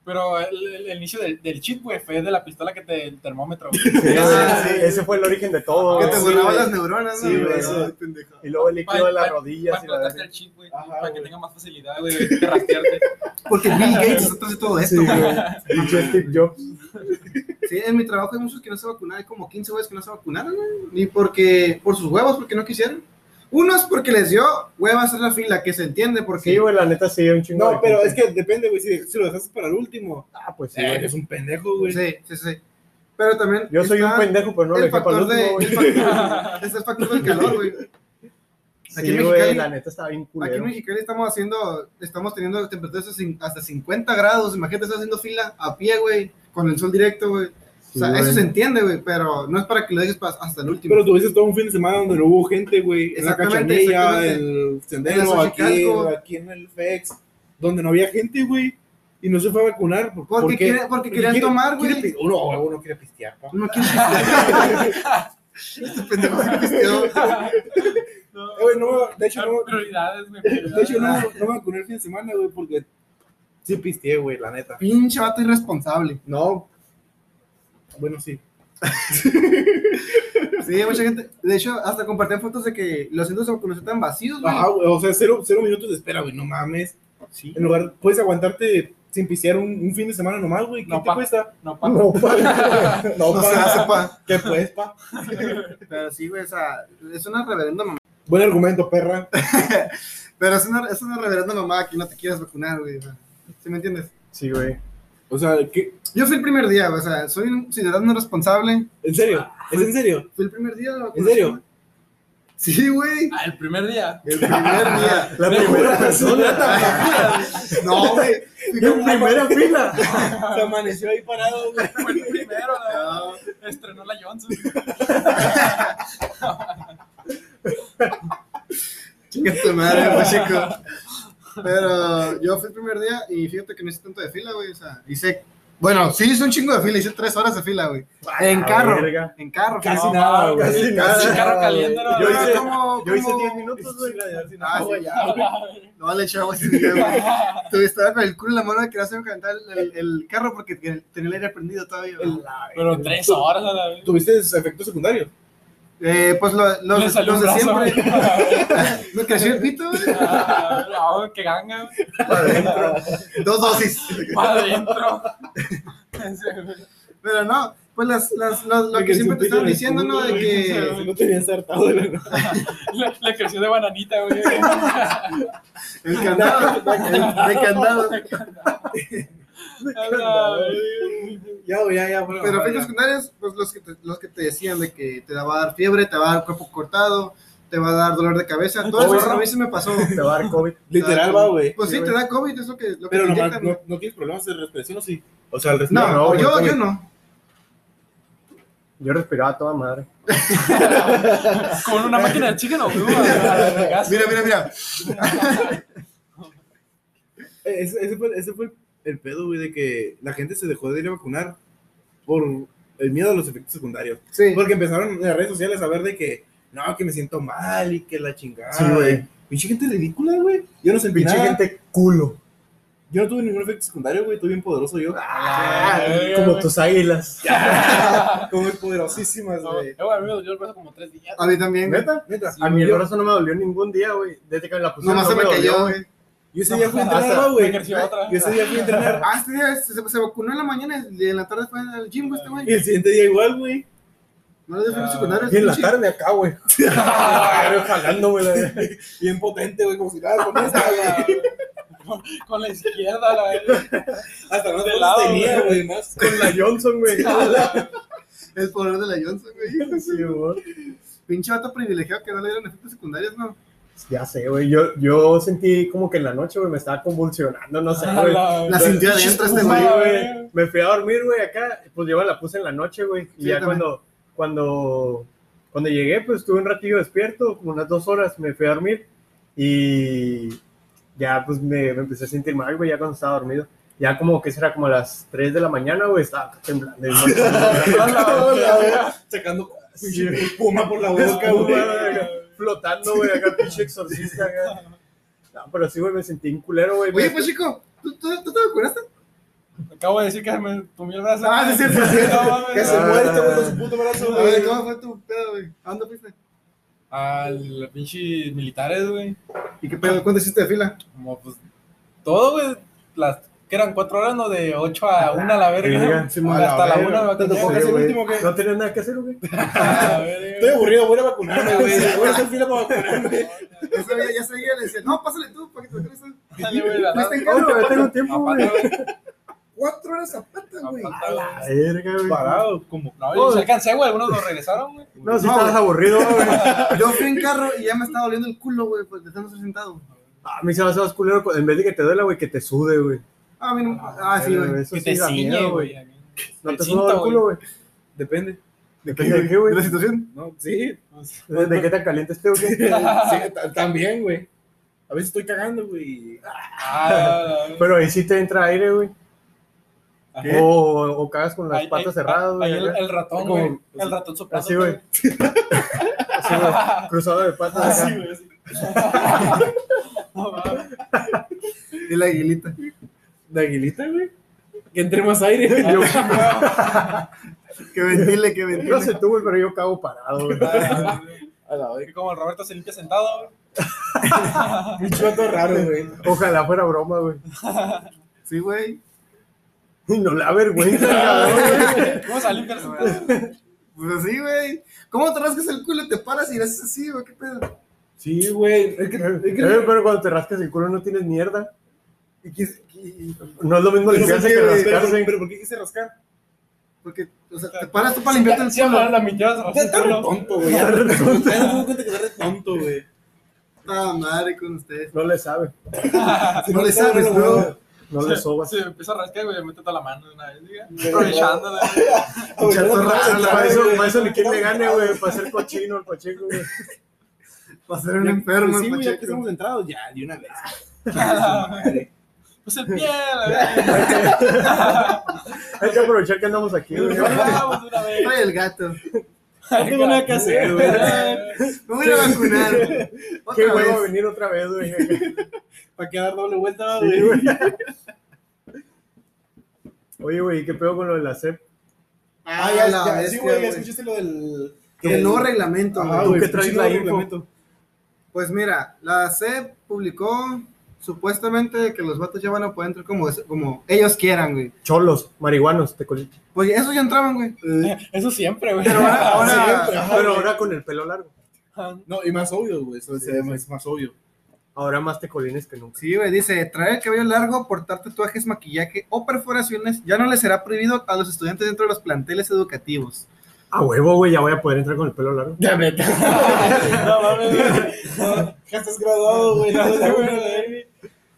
[SPEAKER 4] Pero el, el- el inicio del, del chip, güey, fue de la pistola que te el termómetro. güey.
[SPEAKER 1] Sí,
[SPEAKER 2] Ah,
[SPEAKER 1] sí, ese fue el origen de todo.
[SPEAKER 2] Que te
[SPEAKER 1] Oh, sí,
[SPEAKER 2] borraba
[SPEAKER 1] güey.
[SPEAKER 2] las neuronas,
[SPEAKER 1] Sí,
[SPEAKER 2] ¿no?
[SPEAKER 1] güey,
[SPEAKER 2] Ay,
[SPEAKER 1] sí.
[SPEAKER 2] pendejo.
[SPEAKER 1] Y luego el líquido de las
[SPEAKER 4] Pa- pa-
[SPEAKER 1] rodillas
[SPEAKER 4] Para
[SPEAKER 1] y la verga.
[SPEAKER 4] implantaste el chip, güey.
[SPEAKER 3] Ajá,
[SPEAKER 4] Para que
[SPEAKER 3] güey.
[SPEAKER 4] tenga más facilidad, güey, de rastrearte.
[SPEAKER 2] Porque Bill Gates está atrás de todo esto,
[SPEAKER 1] Sí,
[SPEAKER 2] güey.
[SPEAKER 1] güey. Y yo, Steve Jobs.
[SPEAKER 2] Sí, en mi trabajo hay muchos que no se vacunaron, hay como 15 güeyes que no se vacunaron, güey. Ni porque, por sus huevos, porque no quisieron. Unos porque les dio hueva hacer la fila, que se entiende, porque
[SPEAKER 1] Sí, güey, la neta sí, un chingo.
[SPEAKER 3] No,
[SPEAKER 1] de
[SPEAKER 3] pero
[SPEAKER 1] gente.
[SPEAKER 3] es que depende, güey. Si, si lo dejas para el último,
[SPEAKER 1] Ah, pues sí,
[SPEAKER 3] eh,
[SPEAKER 1] güey.
[SPEAKER 3] eres un pendejo, güey.
[SPEAKER 2] Sí, sí, sí. Pero también.
[SPEAKER 1] Yo soy un
[SPEAKER 2] está
[SPEAKER 1] pendejo, pero no le
[SPEAKER 2] el
[SPEAKER 1] dejé para el
[SPEAKER 2] factor de.
[SPEAKER 1] último, güey.
[SPEAKER 2] el factor- está el factor del calor, güey. Aquí
[SPEAKER 1] Sí,
[SPEAKER 2] en
[SPEAKER 1] güey,
[SPEAKER 2] Mexicali-
[SPEAKER 1] la neta estaba bien
[SPEAKER 2] Aquí en
[SPEAKER 1] culero.
[SPEAKER 2] Mexicali estamos haciendo. Estamos teniendo temperaturas de cin- hasta 50 grados. Imagínate, estás haciendo fila a pie, güey. Con el sol directo, güey. O
[SPEAKER 1] Sí,
[SPEAKER 2] sea,
[SPEAKER 1] güey.
[SPEAKER 2] eso se entiende, güey. Pero no es para que lo dejes pa- hasta el último.
[SPEAKER 3] Pero tuviste todo un fin de semana donde no hubo gente, güey. En la
[SPEAKER 2] Exactamente,
[SPEAKER 3] cachanilla, en
[SPEAKER 2] exactamente.
[SPEAKER 3] el
[SPEAKER 2] En la
[SPEAKER 3] sendero, aquí,
[SPEAKER 2] Xochicalco.
[SPEAKER 3] aquí en el FEX, donde no había gente, güey. Y no se fue a vacunar. ¿Por,
[SPEAKER 2] Porque,
[SPEAKER 3] por qué?
[SPEAKER 2] quiere- porque, querían
[SPEAKER 3] quiere-
[SPEAKER 2] tomar,
[SPEAKER 3] quiere
[SPEAKER 2] güey.
[SPEAKER 3] pi- Uno, uno quiere pistear, pa.
[SPEAKER 2] No quieren pistear. Este pendejo se pisteó.
[SPEAKER 4] No.
[SPEAKER 3] Eh, güey, no, de hecho, no,
[SPEAKER 4] Prioridades, güey.
[SPEAKER 3] de hecho,
[SPEAKER 2] Ah.
[SPEAKER 3] no, no me vacuné el fin de semana, güey, porque sí pisteé, güey, la neta.
[SPEAKER 2] Pinche vato irresponsable.
[SPEAKER 3] No. Bueno, sí.
[SPEAKER 2] Sí, hay mucha gente. De hecho, hasta compartían fotos de que los centros de vacunación están vacíos, güey.
[SPEAKER 3] Ajá, güey, o sea, cero, cero minutos de espera, güey, no mames.
[SPEAKER 2] Sí.
[SPEAKER 3] En lugar, puedes aguantarte sin pistear un, un fin de semana nomás, güey. ¿Qué
[SPEAKER 4] No,
[SPEAKER 3] te
[SPEAKER 4] pa.
[SPEAKER 3] cuesta?
[SPEAKER 4] No, pa.
[SPEAKER 1] No,
[SPEAKER 3] No,
[SPEAKER 2] No se
[SPEAKER 3] pa.
[SPEAKER 2] hace pa.
[SPEAKER 3] ¿Qué pues, pa?
[SPEAKER 2] Pero sí, güey, o sea, es una reverenda mamá.
[SPEAKER 3] Buen argumento, perra.
[SPEAKER 2] Pero es una, es una reverenda mamá que no te quieras vacunar, güey. o sea, ¿Sí me entiendes?
[SPEAKER 1] Sí, güey.
[SPEAKER 3] O sea, ¿qué?
[SPEAKER 2] Yo fui el primer día, güey, o sea, soy un ciudadano responsable.
[SPEAKER 3] ¿En serio? ¿Es en serio?
[SPEAKER 2] Fui el primer día de la
[SPEAKER 3] ¿En
[SPEAKER 2] vacunación.
[SPEAKER 3] serio?
[SPEAKER 2] Sí, güey.
[SPEAKER 4] Ah, el primer día.
[SPEAKER 2] El primer día.
[SPEAKER 1] La
[SPEAKER 3] Me
[SPEAKER 1] primera
[SPEAKER 3] juro,
[SPEAKER 1] persona.
[SPEAKER 2] No, güey.
[SPEAKER 1] En primera fila.
[SPEAKER 3] Se amaneció ahí parado, güey.
[SPEAKER 4] Fue el primero, la-
[SPEAKER 2] No.
[SPEAKER 4] Estrenó la Johnson.
[SPEAKER 2] Chinga tu madre, güey, chico. Pero yo fui el primer día y fíjate que no hice tanto de fila, güey. O sea, hice. Bueno, sí hice un chingo de fila, hice tres horas de fila, güey. En
[SPEAKER 1] la
[SPEAKER 2] carro.
[SPEAKER 1] verga.
[SPEAKER 2] En carro.
[SPEAKER 3] Casi
[SPEAKER 4] No,
[SPEAKER 3] nada,
[SPEAKER 4] mames,
[SPEAKER 3] güey.
[SPEAKER 1] casi
[SPEAKER 3] Sí,
[SPEAKER 1] nada.
[SPEAKER 4] El Ah, carro caliente, ¿no?
[SPEAKER 1] Yo
[SPEAKER 2] Pero
[SPEAKER 1] hice-
[SPEAKER 2] como-
[SPEAKER 1] Yo hice
[SPEAKER 2] como-
[SPEAKER 1] 10 minutos, güey.
[SPEAKER 2] Ah, sí,
[SPEAKER 3] güey,
[SPEAKER 2] ya, güey. No vale, chavo, ese día, güey. Tuve- Estaba con el culo en la mano que no se me calentaba el, el- el carro porque ten- tenía el aire prendido todavía. güey.
[SPEAKER 4] Pero tres horas a la vez.
[SPEAKER 3] ¿Tuviste efectos secundarios?
[SPEAKER 2] Eh, pues lo- los,
[SPEAKER 4] Le salió
[SPEAKER 2] los
[SPEAKER 4] un
[SPEAKER 2] de
[SPEAKER 4] brazo. güey.
[SPEAKER 2] siempre. Me creció el pito, güey.
[SPEAKER 4] Ah, ah, qué ganga.
[SPEAKER 2] Dos dosis.
[SPEAKER 4] Para adentro. Ese, güey.
[SPEAKER 2] Pero no, pues las, las, las- lo
[SPEAKER 3] Me
[SPEAKER 2] que
[SPEAKER 3] creció
[SPEAKER 2] siempre
[SPEAKER 3] un
[SPEAKER 2] te
[SPEAKER 3] pito en
[SPEAKER 2] estaban
[SPEAKER 3] el
[SPEAKER 2] diciendo,
[SPEAKER 3] culo,
[SPEAKER 2] ¿no? De
[SPEAKER 3] güey.
[SPEAKER 2] que.
[SPEAKER 3] No tenía ensartado de la nada.
[SPEAKER 4] Le, le creció de bananita, güey.
[SPEAKER 2] El candado, el de candado.
[SPEAKER 4] A la vez.
[SPEAKER 3] Ya, güey, ya, ya. bueno,
[SPEAKER 2] Ah, Pero
[SPEAKER 3] ya.
[SPEAKER 2] efectos secundarios, pues los que, te, los que te decían de que te va a dar fiebre, te va a dar cuerpo cortado, te va a dar dolor de cabeza. Todo eso
[SPEAKER 1] Obvio.
[SPEAKER 2] a mí se me pasó.
[SPEAKER 1] Te va a dar COVID.
[SPEAKER 3] Literal, va, güey.
[SPEAKER 2] Pues sí,
[SPEAKER 1] Sí,
[SPEAKER 2] te
[SPEAKER 1] güey.
[SPEAKER 2] da COVID, es lo que, lo que
[SPEAKER 3] Pero
[SPEAKER 2] te
[SPEAKER 3] nomás,
[SPEAKER 2] inyectan.
[SPEAKER 3] no, no tienes problemas de respiración, ¿o sí? O sea, el
[SPEAKER 2] No,
[SPEAKER 3] respiración.
[SPEAKER 1] No, güey,
[SPEAKER 2] yo,
[SPEAKER 1] güey.
[SPEAKER 2] yo no.
[SPEAKER 1] Yo respiraba a toda madre.
[SPEAKER 4] Con una máquina de chicken o güey, a la vergazo.
[SPEAKER 2] Mira, mira, mira.
[SPEAKER 3] Eh, Ese, ese fue, ese fue el, el pedo, güey, de que la gente se dejó de ir a vacunar por el miedo a los efectos secundarios.
[SPEAKER 2] Sí.
[SPEAKER 3] Porque empezaron en las redes sociales a ver de que, no, que me siento mal y que la chingada.
[SPEAKER 1] Sí, güey.
[SPEAKER 3] Pinche gente ridícula, güey. Yo no sentí
[SPEAKER 1] Pinche
[SPEAKER 3] nada.
[SPEAKER 1] gente culo.
[SPEAKER 3] Yo no tuve ningún efecto secundario, güey. Estoy bien poderoso yo.
[SPEAKER 1] Ah,
[SPEAKER 4] verga,
[SPEAKER 1] como
[SPEAKER 4] güey.
[SPEAKER 1] tus águilas.
[SPEAKER 3] Como poderosísimas,
[SPEAKER 4] No,
[SPEAKER 3] güey.
[SPEAKER 4] eh, güey, a mí me dolió el brazo como tres días.
[SPEAKER 2] A mí también. güey.
[SPEAKER 1] ¿Neta?
[SPEAKER 3] Neta,
[SPEAKER 1] A mí el
[SPEAKER 3] yo-
[SPEAKER 1] brazo no me dolió ningún día, güey. Desde que me la pusieron.
[SPEAKER 2] Nomás se
[SPEAKER 1] no
[SPEAKER 2] me
[SPEAKER 1] dolió,
[SPEAKER 2] cayó, güey.
[SPEAKER 3] Yo ese día fui a
[SPEAKER 1] Hasta-
[SPEAKER 3] entrenar, va, güey.
[SPEAKER 4] me creció otra.
[SPEAKER 3] Yo ese día fui a entrenar.
[SPEAKER 2] Ah, este día se, se vacunó en la mañana y en la tarde fue al gym, güey, este
[SPEAKER 3] Y
[SPEAKER 2] güey.
[SPEAKER 3] el siguiente día igual, güey.
[SPEAKER 2] No les dio efectos secundarios.
[SPEAKER 1] Y en la
[SPEAKER 2] pinche-
[SPEAKER 1] tarde acá, güey. Pero jalando, güey. la verga.
[SPEAKER 3] Bien potente, güey, como si nada, con esta, güey.
[SPEAKER 4] Con- Con la izquierda, la verga.
[SPEAKER 3] Hasta más
[SPEAKER 4] De
[SPEAKER 3] cosas
[SPEAKER 4] lado,
[SPEAKER 3] tenía,
[SPEAKER 4] güey.
[SPEAKER 3] güey, más.
[SPEAKER 1] Con la Johnson, güey.
[SPEAKER 2] El poder de la Johnson, güey.
[SPEAKER 1] Sí, güey.
[SPEAKER 2] Pinche vato privilegiado que no le dieron efectos secundarios, ¿no?
[SPEAKER 1] Ya sé, güey. Yo, yo sentí como que en la noche, güey, me estaba convulsionando, no sé, güey.
[SPEAKER 4] La-
[SPEAKER 2] La sintió adentro este
[SPEAKER 1] Sí,
[SPEAKER 2] güey.
[SPEAKER 1] güey. Me fui a dormir, güey, acá. Pues yo me la puse en la noche, güey. Y
[SPEAKER 2] Sí,
[SPEAKER 1] ya
[SPEAKER 2] yo también.
[SPEAKER 1] cuando, cuando, cuando llegué, pues estuve un ratillo despierto, como unas dos horas, me fui a dormir. Y ya, pues me, me empecé a sentir mal, güey, ya cuando estaba dormido. Ya como que será como a las 3 de la mañana, güey, estaba temblando. Y
[SPEAKER 4] A la verga.
[SPEAKER 3] Sacando
[SPEAKER 1] Sí.
[SPEAKER 3] pinche puma por la boca,
[SPEAKER 1] Acá, güey,
[SPEAKER 3] güey.
[SPEAKER 1] acá, flotando, güey, acá pinche exorcista, acá. No, pero sí, güey, me sentí un culero, güey.
[SPEAKER 2] Oye,
[SPEAKER 1] Me-
[SPEAKER 2] pues chico, ¿tú, tú, tú te vacunaste?
[SPEAKER 4] Acabo de decir que me comí el brazo.
[SPEAKER 2] Ah, sí, es cierto, sí, es cierto.
[SPEAKER 4] No mames.
[SPEAKER 3] Que se
[SPEAKER 1] Ah.
[SPEAKER 3] muere este güey con su puto brazo,
[SPEAKER 2] A ver,
[SPEAKER 3] güey.
[SPEAKER 2] ¿cómo fue tu pedo, güey? ¿A dónde fuiste?
[SPEAKER 4] Al pinche militares, güey.
[SPEAKER 2] ¿Y qué pedo? ¿Cuánto hiciste de fila?
[SPEAKER 4] Como pues todo, güey. Las que eran cuatro horas, ¿no? De ocho a una a la verga.
[SPEAKER 1] verga, sí, a la
[SPEAKER 4] Hasta la
[SPEAKER 1] verga.
[SPEAKER 4] una me
[SPEAKER 3] Te
[SPEAKER 4] vacuné.
[SPEAKER 3] tocó
[SPEAKER 1] Sí,
[SPEAKER 3] casi el
[SPEAKER 1] güey.
[SPEAKER 3] último que.
[SPEAKER 1] No tenía nada que hacer, güey.
[SPEAKER 4] A la verga.
[SPEAKER 3] Estoy aburrido, voy a vacunarme, güey. Voy a hacer fila para vacunarme.
[SPEAKER 2] Ese güey ya seguía, le decía, no, pásale tú, ¿para que te vacunes?
[SPEAKER 4] Dale, güey, la-
[SPEAKER 2] Fuiste en
[SPEAKER 1] No,
[SPEAKER 2] carro,
[SPEAKER 1] todavía
[SPEAKER 2] güey.
[SPEAKER 1] tengo tiempo, güey.
[SPEAKER 4] Aparte, güey,
[SPEAKER 2] Cuatro horas a pata, güey.
[SPEAKER 4] aparte, güey.
[SPEAKER 1] A la verga, güey.
[SPEAKER 3] Parado, como.
[SPEAKER 4] No, yo sí alcancé, güey. Algunos lo regresaron, güey.
[SPEAKER 1] No, si
[SPEAKER 2] No,
[SPEAKER 1] estabas
[SPEAKER 2] güey.
[SPEAKER 1] aburrido, güey.
[SPEAKER 2] Yo fui en carro y ya me estaba doliendo el culo, güey, pues de tanto estar sentado.
[SPEAKER 1] A mí se Ah, me hace más culero cu- en vez de que te duela, güey, que te sude, güey.
[SPEAKER 2] Ah, a mí no. Ah, sí,
[SPEAKER 1] Pero
[SPEAKER 2] güey.
[SPEAKER 1] eso
[SPEAKER 4] Que
[SPEAKER 1] sí
[SPEAKER 4] te
[SPEAKER 1] da
[SPEAKER 4] ciñe,
[SPEAKER 1] miedo,
[SPEAKER 4] güey.
[SPEAKER 1] No
[SPEAKER 4] El
[SPEAKER 1] te
[SPEAKER 4] cinto,
[SPEAKER 1] suda el culo, güey.
[SPEAKER 3] Depende.
[SPEAKER 1] Depende de qué, güey.
[SPEAKER 2] ¿De la situación?
[SPEAKER 3] No, sí.
[SPEAKER 1] De de qué tan caliente esté, güey.
[SPEAKER 3] Sí, ta- también, güey. A veces estoy cagando, güey.
[SPEAKER 4] Ah,
[SPEAKER 1] Pero ahí sí te entra aire, güey.
[SPEAKER 3] ¿Qué?
[SPEAKER 1] O, o cagas con las
[SPEAKER 4] ahí-
[SPEAKER 1] patas
[SPEAKER 4] ahí-
[SPEAKER 1] cerradas,
[SPEAKER 4] ahí
[SPEAKER 1] güey.
[SPEAKER 4] el,
[SPEAKER 1] acá.
[SPEAKER 4] el ratón,
[SPEAKER 1] Como-
[SPEAKER 4] güey. El ratón soplando.
[SPEAKER 1] Así, güey. Así, güey, Cruzado de
[SPEAKER 2] Ah,
[SPEAKER 1] patas. acá.
[SPEAKER 4] Así, güey. así. No mames.
[SPEAKER 2] Y la aguilita.
[SPEAKER 3] De aguilita, güey. Que entre más aire.
[SPEAKER 1] Yo-
[SPEAKER 2] Que ventile, que
[SPEAKER 1] no sé
[SPEAKER 2] ventile.
[SPEAKER 1] tú, güey, pero yo cago parado, güey.
[SPEAKER 4] Ah,
[SPEAKER 3] A la vez.
[SPEAKER 4] güey, Como el Roberto se limpia sentado, güey.
[SPEAKER 3] Un choto raro, güey.
[SPEAKER 1] Ojalá fuera broma, güey.
[SPEAKER 2] Sí, güey.
[SPEAKER 1] No la vergüenza, cabrón.
[SPEAKER 4] ¿Cómo se limpia sentado?
[SPEAKER 2] Pues sí, güey. ¿Cómo te rascas el culo y te paras y le haces así, güey? ¿Qué pedo?
[SPEAKER 3] Sí, güey. Es que.
[SPEAKER 1] Eh,
[SPEAKER 3] Es que
[SPEAKER 1] Pero cuando te rascas el culo no tienes mierda.
[SPEAKER 3] y quis- y-
[SPEAKER 1] No es lo mismo
[SPEAKER 3] pero
[SPEAKER 1] limpiarse que
[SPEAKER 3] ¿por qué, güey? Pero-
[SPEAKER 1] rascarse.
[SPEAKER 3] Pero ¿por qué quise rascar?
[SPEAKER 2] Porque, o sea, te paras tú para limpiarte el
[SPEAKER 4] Sí,
[SPEAKER 2] culo.
[SPEAKER 4] la- la mintieron, se rascó el
[SPEAKER 3] Estás re
[SPEAKER 4] culo.
[SPEAKER 3] tonto, güey. Ya te das cuenta que estás re tonto, güey.
[SPEAKER 2] Ah, madre con ustedes.
[SPEAKER 1] No le sabe.
[SPEAKER 3] Ah,
[SPEAKER 2] No le sabes, bro.
[SPEAKER 1] No le
[SPEAKER 4] Sí,
[SPEAKER 1] sobas.
[SPEAKER 4] Sí, empieza a rascar, güey, mete toda la mano de una vez, diga. Aprovechándola.
[SPEAKER 2] Chato raro,
[SPEAKER 1] Para eso,
[SPEAKER 3] güey.
[SPEAKER 1] para eso ni quien le gane, güey. Para ser cochino el Pacheco, güey.
[SPEAKER 2] Para ser un enfermo,
[SPEAKER 3] Sí,
[SPEAKER 2] el
[SPEAKER 3] güey, ya que
[SPEAKER 2] Pacheco.
[SPEAKER 3] estamos entrados, ya, de una vez. Madre.
[SPEAKER 4] Pues el pie, la verdad.
[SPEAKER 1] Hay que aprovechar que andamos aquí, güey.
[SPEAKER 4] Vamos de una vez.
[SPEAKER 2] Trae el gato.
[SPEAKER 3] No tengo nada que hacer, güey.
[SPEAKER 2] Me voy a ir a vacunar.
[SPEAKER 1] Qué
[SPEAKER 2] Otra
[SPEAKER 1] huevo
[SPEAKER 2] vez.
[SPEAKER 1] venir otra vez, güey.
[SPEAKER 3] Para que dar doble vuelta,
[SPEAKER 1] Sí, güey.
[SPEAKER 3] güey.
[SPEAKER 1] Oye, güey, ¿qué pedo con lo de la CEP?
[SPEAKER 3] Ah,
[SPEAKER 2] Ay,
[SPEAKER 3] ya,
[SPEAKER 2] a
[SPEAKER 3] ya,
[SPEAKER 2] la
[SPEAKER 3] sí,
[SPEAKER 2] bestia,
[SPEAKER 3] güey, ya
[SPEAKER 2] güey.
[SPEAKER 3] escuchaste lo del...
[SPEAKER 2] El nuevo reglamento,
[SPEAKER 3] Ajá,
[SPEAKER 2] Ah, güey.
[SPEAKER 1] ¿Tú
[SPEAKER 3] güey,
[SPEAKER 1] qué traes
[SPEAKER 3] pinche
[SPEAKER 1] ahí,
[SPEAKER 3] nuevo
[SPEAKER 1] info?
[SPEAKER 3] reglamento.
[SPEAKER 2] Pues mira, la SEP publicó supuestamente que los vatos ya van a poder entrar como, como ellos quieran, güey.
[SPEAKER 1] Cholos, marihuanos, te col-
[SPEAKER 2] Pues esos ya entraban, güey.
[SPEAKER 4] Eso siempre, güey.
[SPEAKER 2] Pero ahora,
[SPEAKER 3] Ah,
[SPEAKER 2] ahora,
[SPEAKER 3] siempre. Ajá,
[SPEAKER 1] Pero
[SPEAKER 3] güey.
[SPEAKER 1] ahora con el pelo largo.
[SPEAKER 3] No, y más obvio, güey. Eso se ve más, más obvio.
[SPEAKER 1] Ahora más tecolines que nunca.
[SPEAKER 2] sí, güey, dice, traer el cabello largo, portar tatuajes, maquillaje o perforaciones ya no les será prohibido a los estudiantes dentro de los planteles educativos.
[SPEAKER 1] A huevo, güey, ya voy a poder entrar con el pelo largo.
[SPEAKER 3] Ya me
[SPEAKER 4] No mames, güey.
[SPEAKER 3] Ya estás graduado, güey. No,
[SPEAKER 4] Sí,
[SPEAKER 3] no,
[SPEAKER 4] güey,
[SPEAKER 3] güey.
[SPEAKER 4] güey.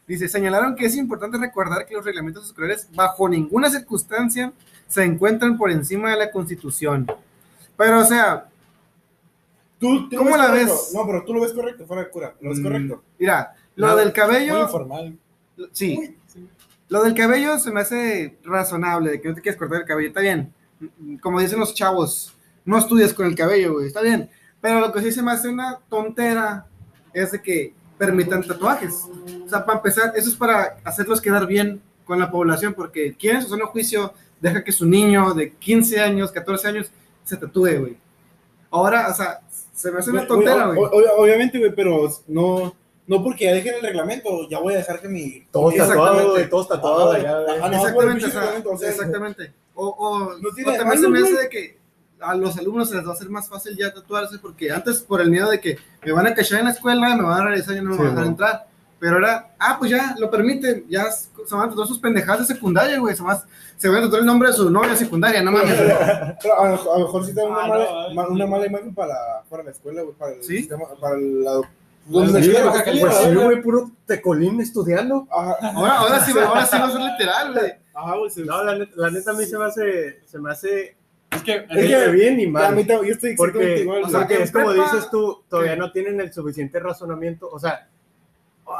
[SPEAKER 2] Dice, señalaron que es importante recordar que los reglamentos escolares bajo ninguna circunstancia se encuentran por encima de la Constitución. Pero, o sea,
[SPEAKER 3] ¿Tú, tú
[SPEAKER 2] ¿Cómo
[SPEAKER 3] lo
[SPEAKER 2] la ves? Mm.
[SPEAKER 3] correcto? No, pero tú lo ves correcto, fuera de cura. Lo ves correcto.
[SPEAKER 2] mira, lo
[SPEAKER 4] No,
[SPEAKER 2] del
[SPEAKER 4] Muy
[SPEAKER 2] cabello...
[SPEAKER 4] informal.
[SPEAKER 2] Sí. Lo del cabello se me hace razonable, de que no te quieres cortar el cabello. Está bien. Como dicen los chavos, no estudias con el cabello, güey. Está bien. Pero lo que sí se me hace una tontera es de que permitan tatuajes. O sea, para empezar, eso es para hacerlos quedar bien con la población, porque quieren su sano juicio, deja que su niño de 15 años, 14 años, se tatúe, güey. Ahora, o sea, se me hace una
[SPEAKER 3] Güey,
[SPEAKER 2] tontera,
[SPEAKER 3] ob-
[SPEAKER 2] güey.
[SPEAKER 3] ob- Obviamente, güey, pero no... No porque ya dejen el reglamento, ya voy a dejar que mi...
[SPEAKER 1] Todos tatuados, güey,
[SPEAKER 2] Exactamente.
[SPEAKER 1] todos tatuados.
[SPEAKER 3] Ah,
[SPEAKER 1] allá, güey.
[SPEAKER 3] ah, no, por el
[SPEAKER 2] Exactamente,
[SPEAKER 3] pinche
[SPEAKER 2] o sea,
[SPEAKER 3] reglamento, o sea,
[SPEAKER 2] exactamente. O, o,
[SPEAKER 3] No tiene
[SPEAKER 2] o
[SPEAKER 3] de
[SPEAKER 2] también se
[SPEAKER 3] malo,
[SPEAKER 2] me hace
[SPEAKER 3] güey.
[SPEAKER 2] de que a los alumnos se les va a hacer más fácil ya tatuarse, porque antes por el miedo de que me van a cachar en la escuela, me van a realizar y no me
[SPEAKER 1] Sí,
[SPEAKER 2] van a dejar
[SPEAKER 1] ¿no?
[SPEAKER 2] entrar. Pero ahora, ah, pues ya, lo permiten, ya s- se van a tatuar sus pendejadas de secundaria, güey, se, van a- se van a tatuar el nombre de su novia de secundaria, no mames. güey.
[SPEAKER 3] Pero a, lo- a lo mejor sí te da una,
[SPEAKER 4] Ah,
[SPEAKER 3] mala,
[SPEAKER 4] no, ay,
[SPEAKER 3] ma-
[SPEAKER 4] sí.
[SPEAKER 3] una mala imagen para, para la escuela, güey, para el
[SPEAKER 2] ¿Sí?
[SPEAKER 3] sistema, para la...
[SPEAKER 4] Pues
[SPEAKER 3] la
[SPEAKER 4] sí,
[SPEAKER 3] escuela,
[SPEAKER 4] Baja
[SPEAKER 3] güey,
[SPEAKER 4] Califa,
[SPEAKER 1] Pues sí,
[SPEAKER 3] güey.
[SPEAKER 1] güey, puro tecolín estudiando.
[SPEAKER 3] Ajá,
[SPEAKER 2] Ahora, ahora sí, güey, ahora sí va a ser literal, güey.
[SPEAKER 3] ajá, güey, se-
[SPEAKER 1] No, la neta, la neta a mí se me hace, se me hace
[SPEAKER 4] Es que,
[SPEAKER 3] Es
[SPEAKER 1] entre
[SPEAKER 3] que-
[SPEAKER 1] bien y
[SPEAKER 3] A
[SPEAKER 1] mal.
[SPEAKER 3] mí también, yo estoy exactamente
[SPEAKER 1] Porque,
[SPEAKER 3] igual,
[SPEAKER 1] o
[SPEAKER 3] güey.
[SPEAKER 1] sea,
[SPEAKER 2] Porque
[SPEAKER 1] que
[SPEAKER 2] en
[SPEAKER 1] es como
[SPEAKER 2] prepa-
[SPEAKER 1] dices tú, todavía no tienen el suficiente razonamiento. O sea,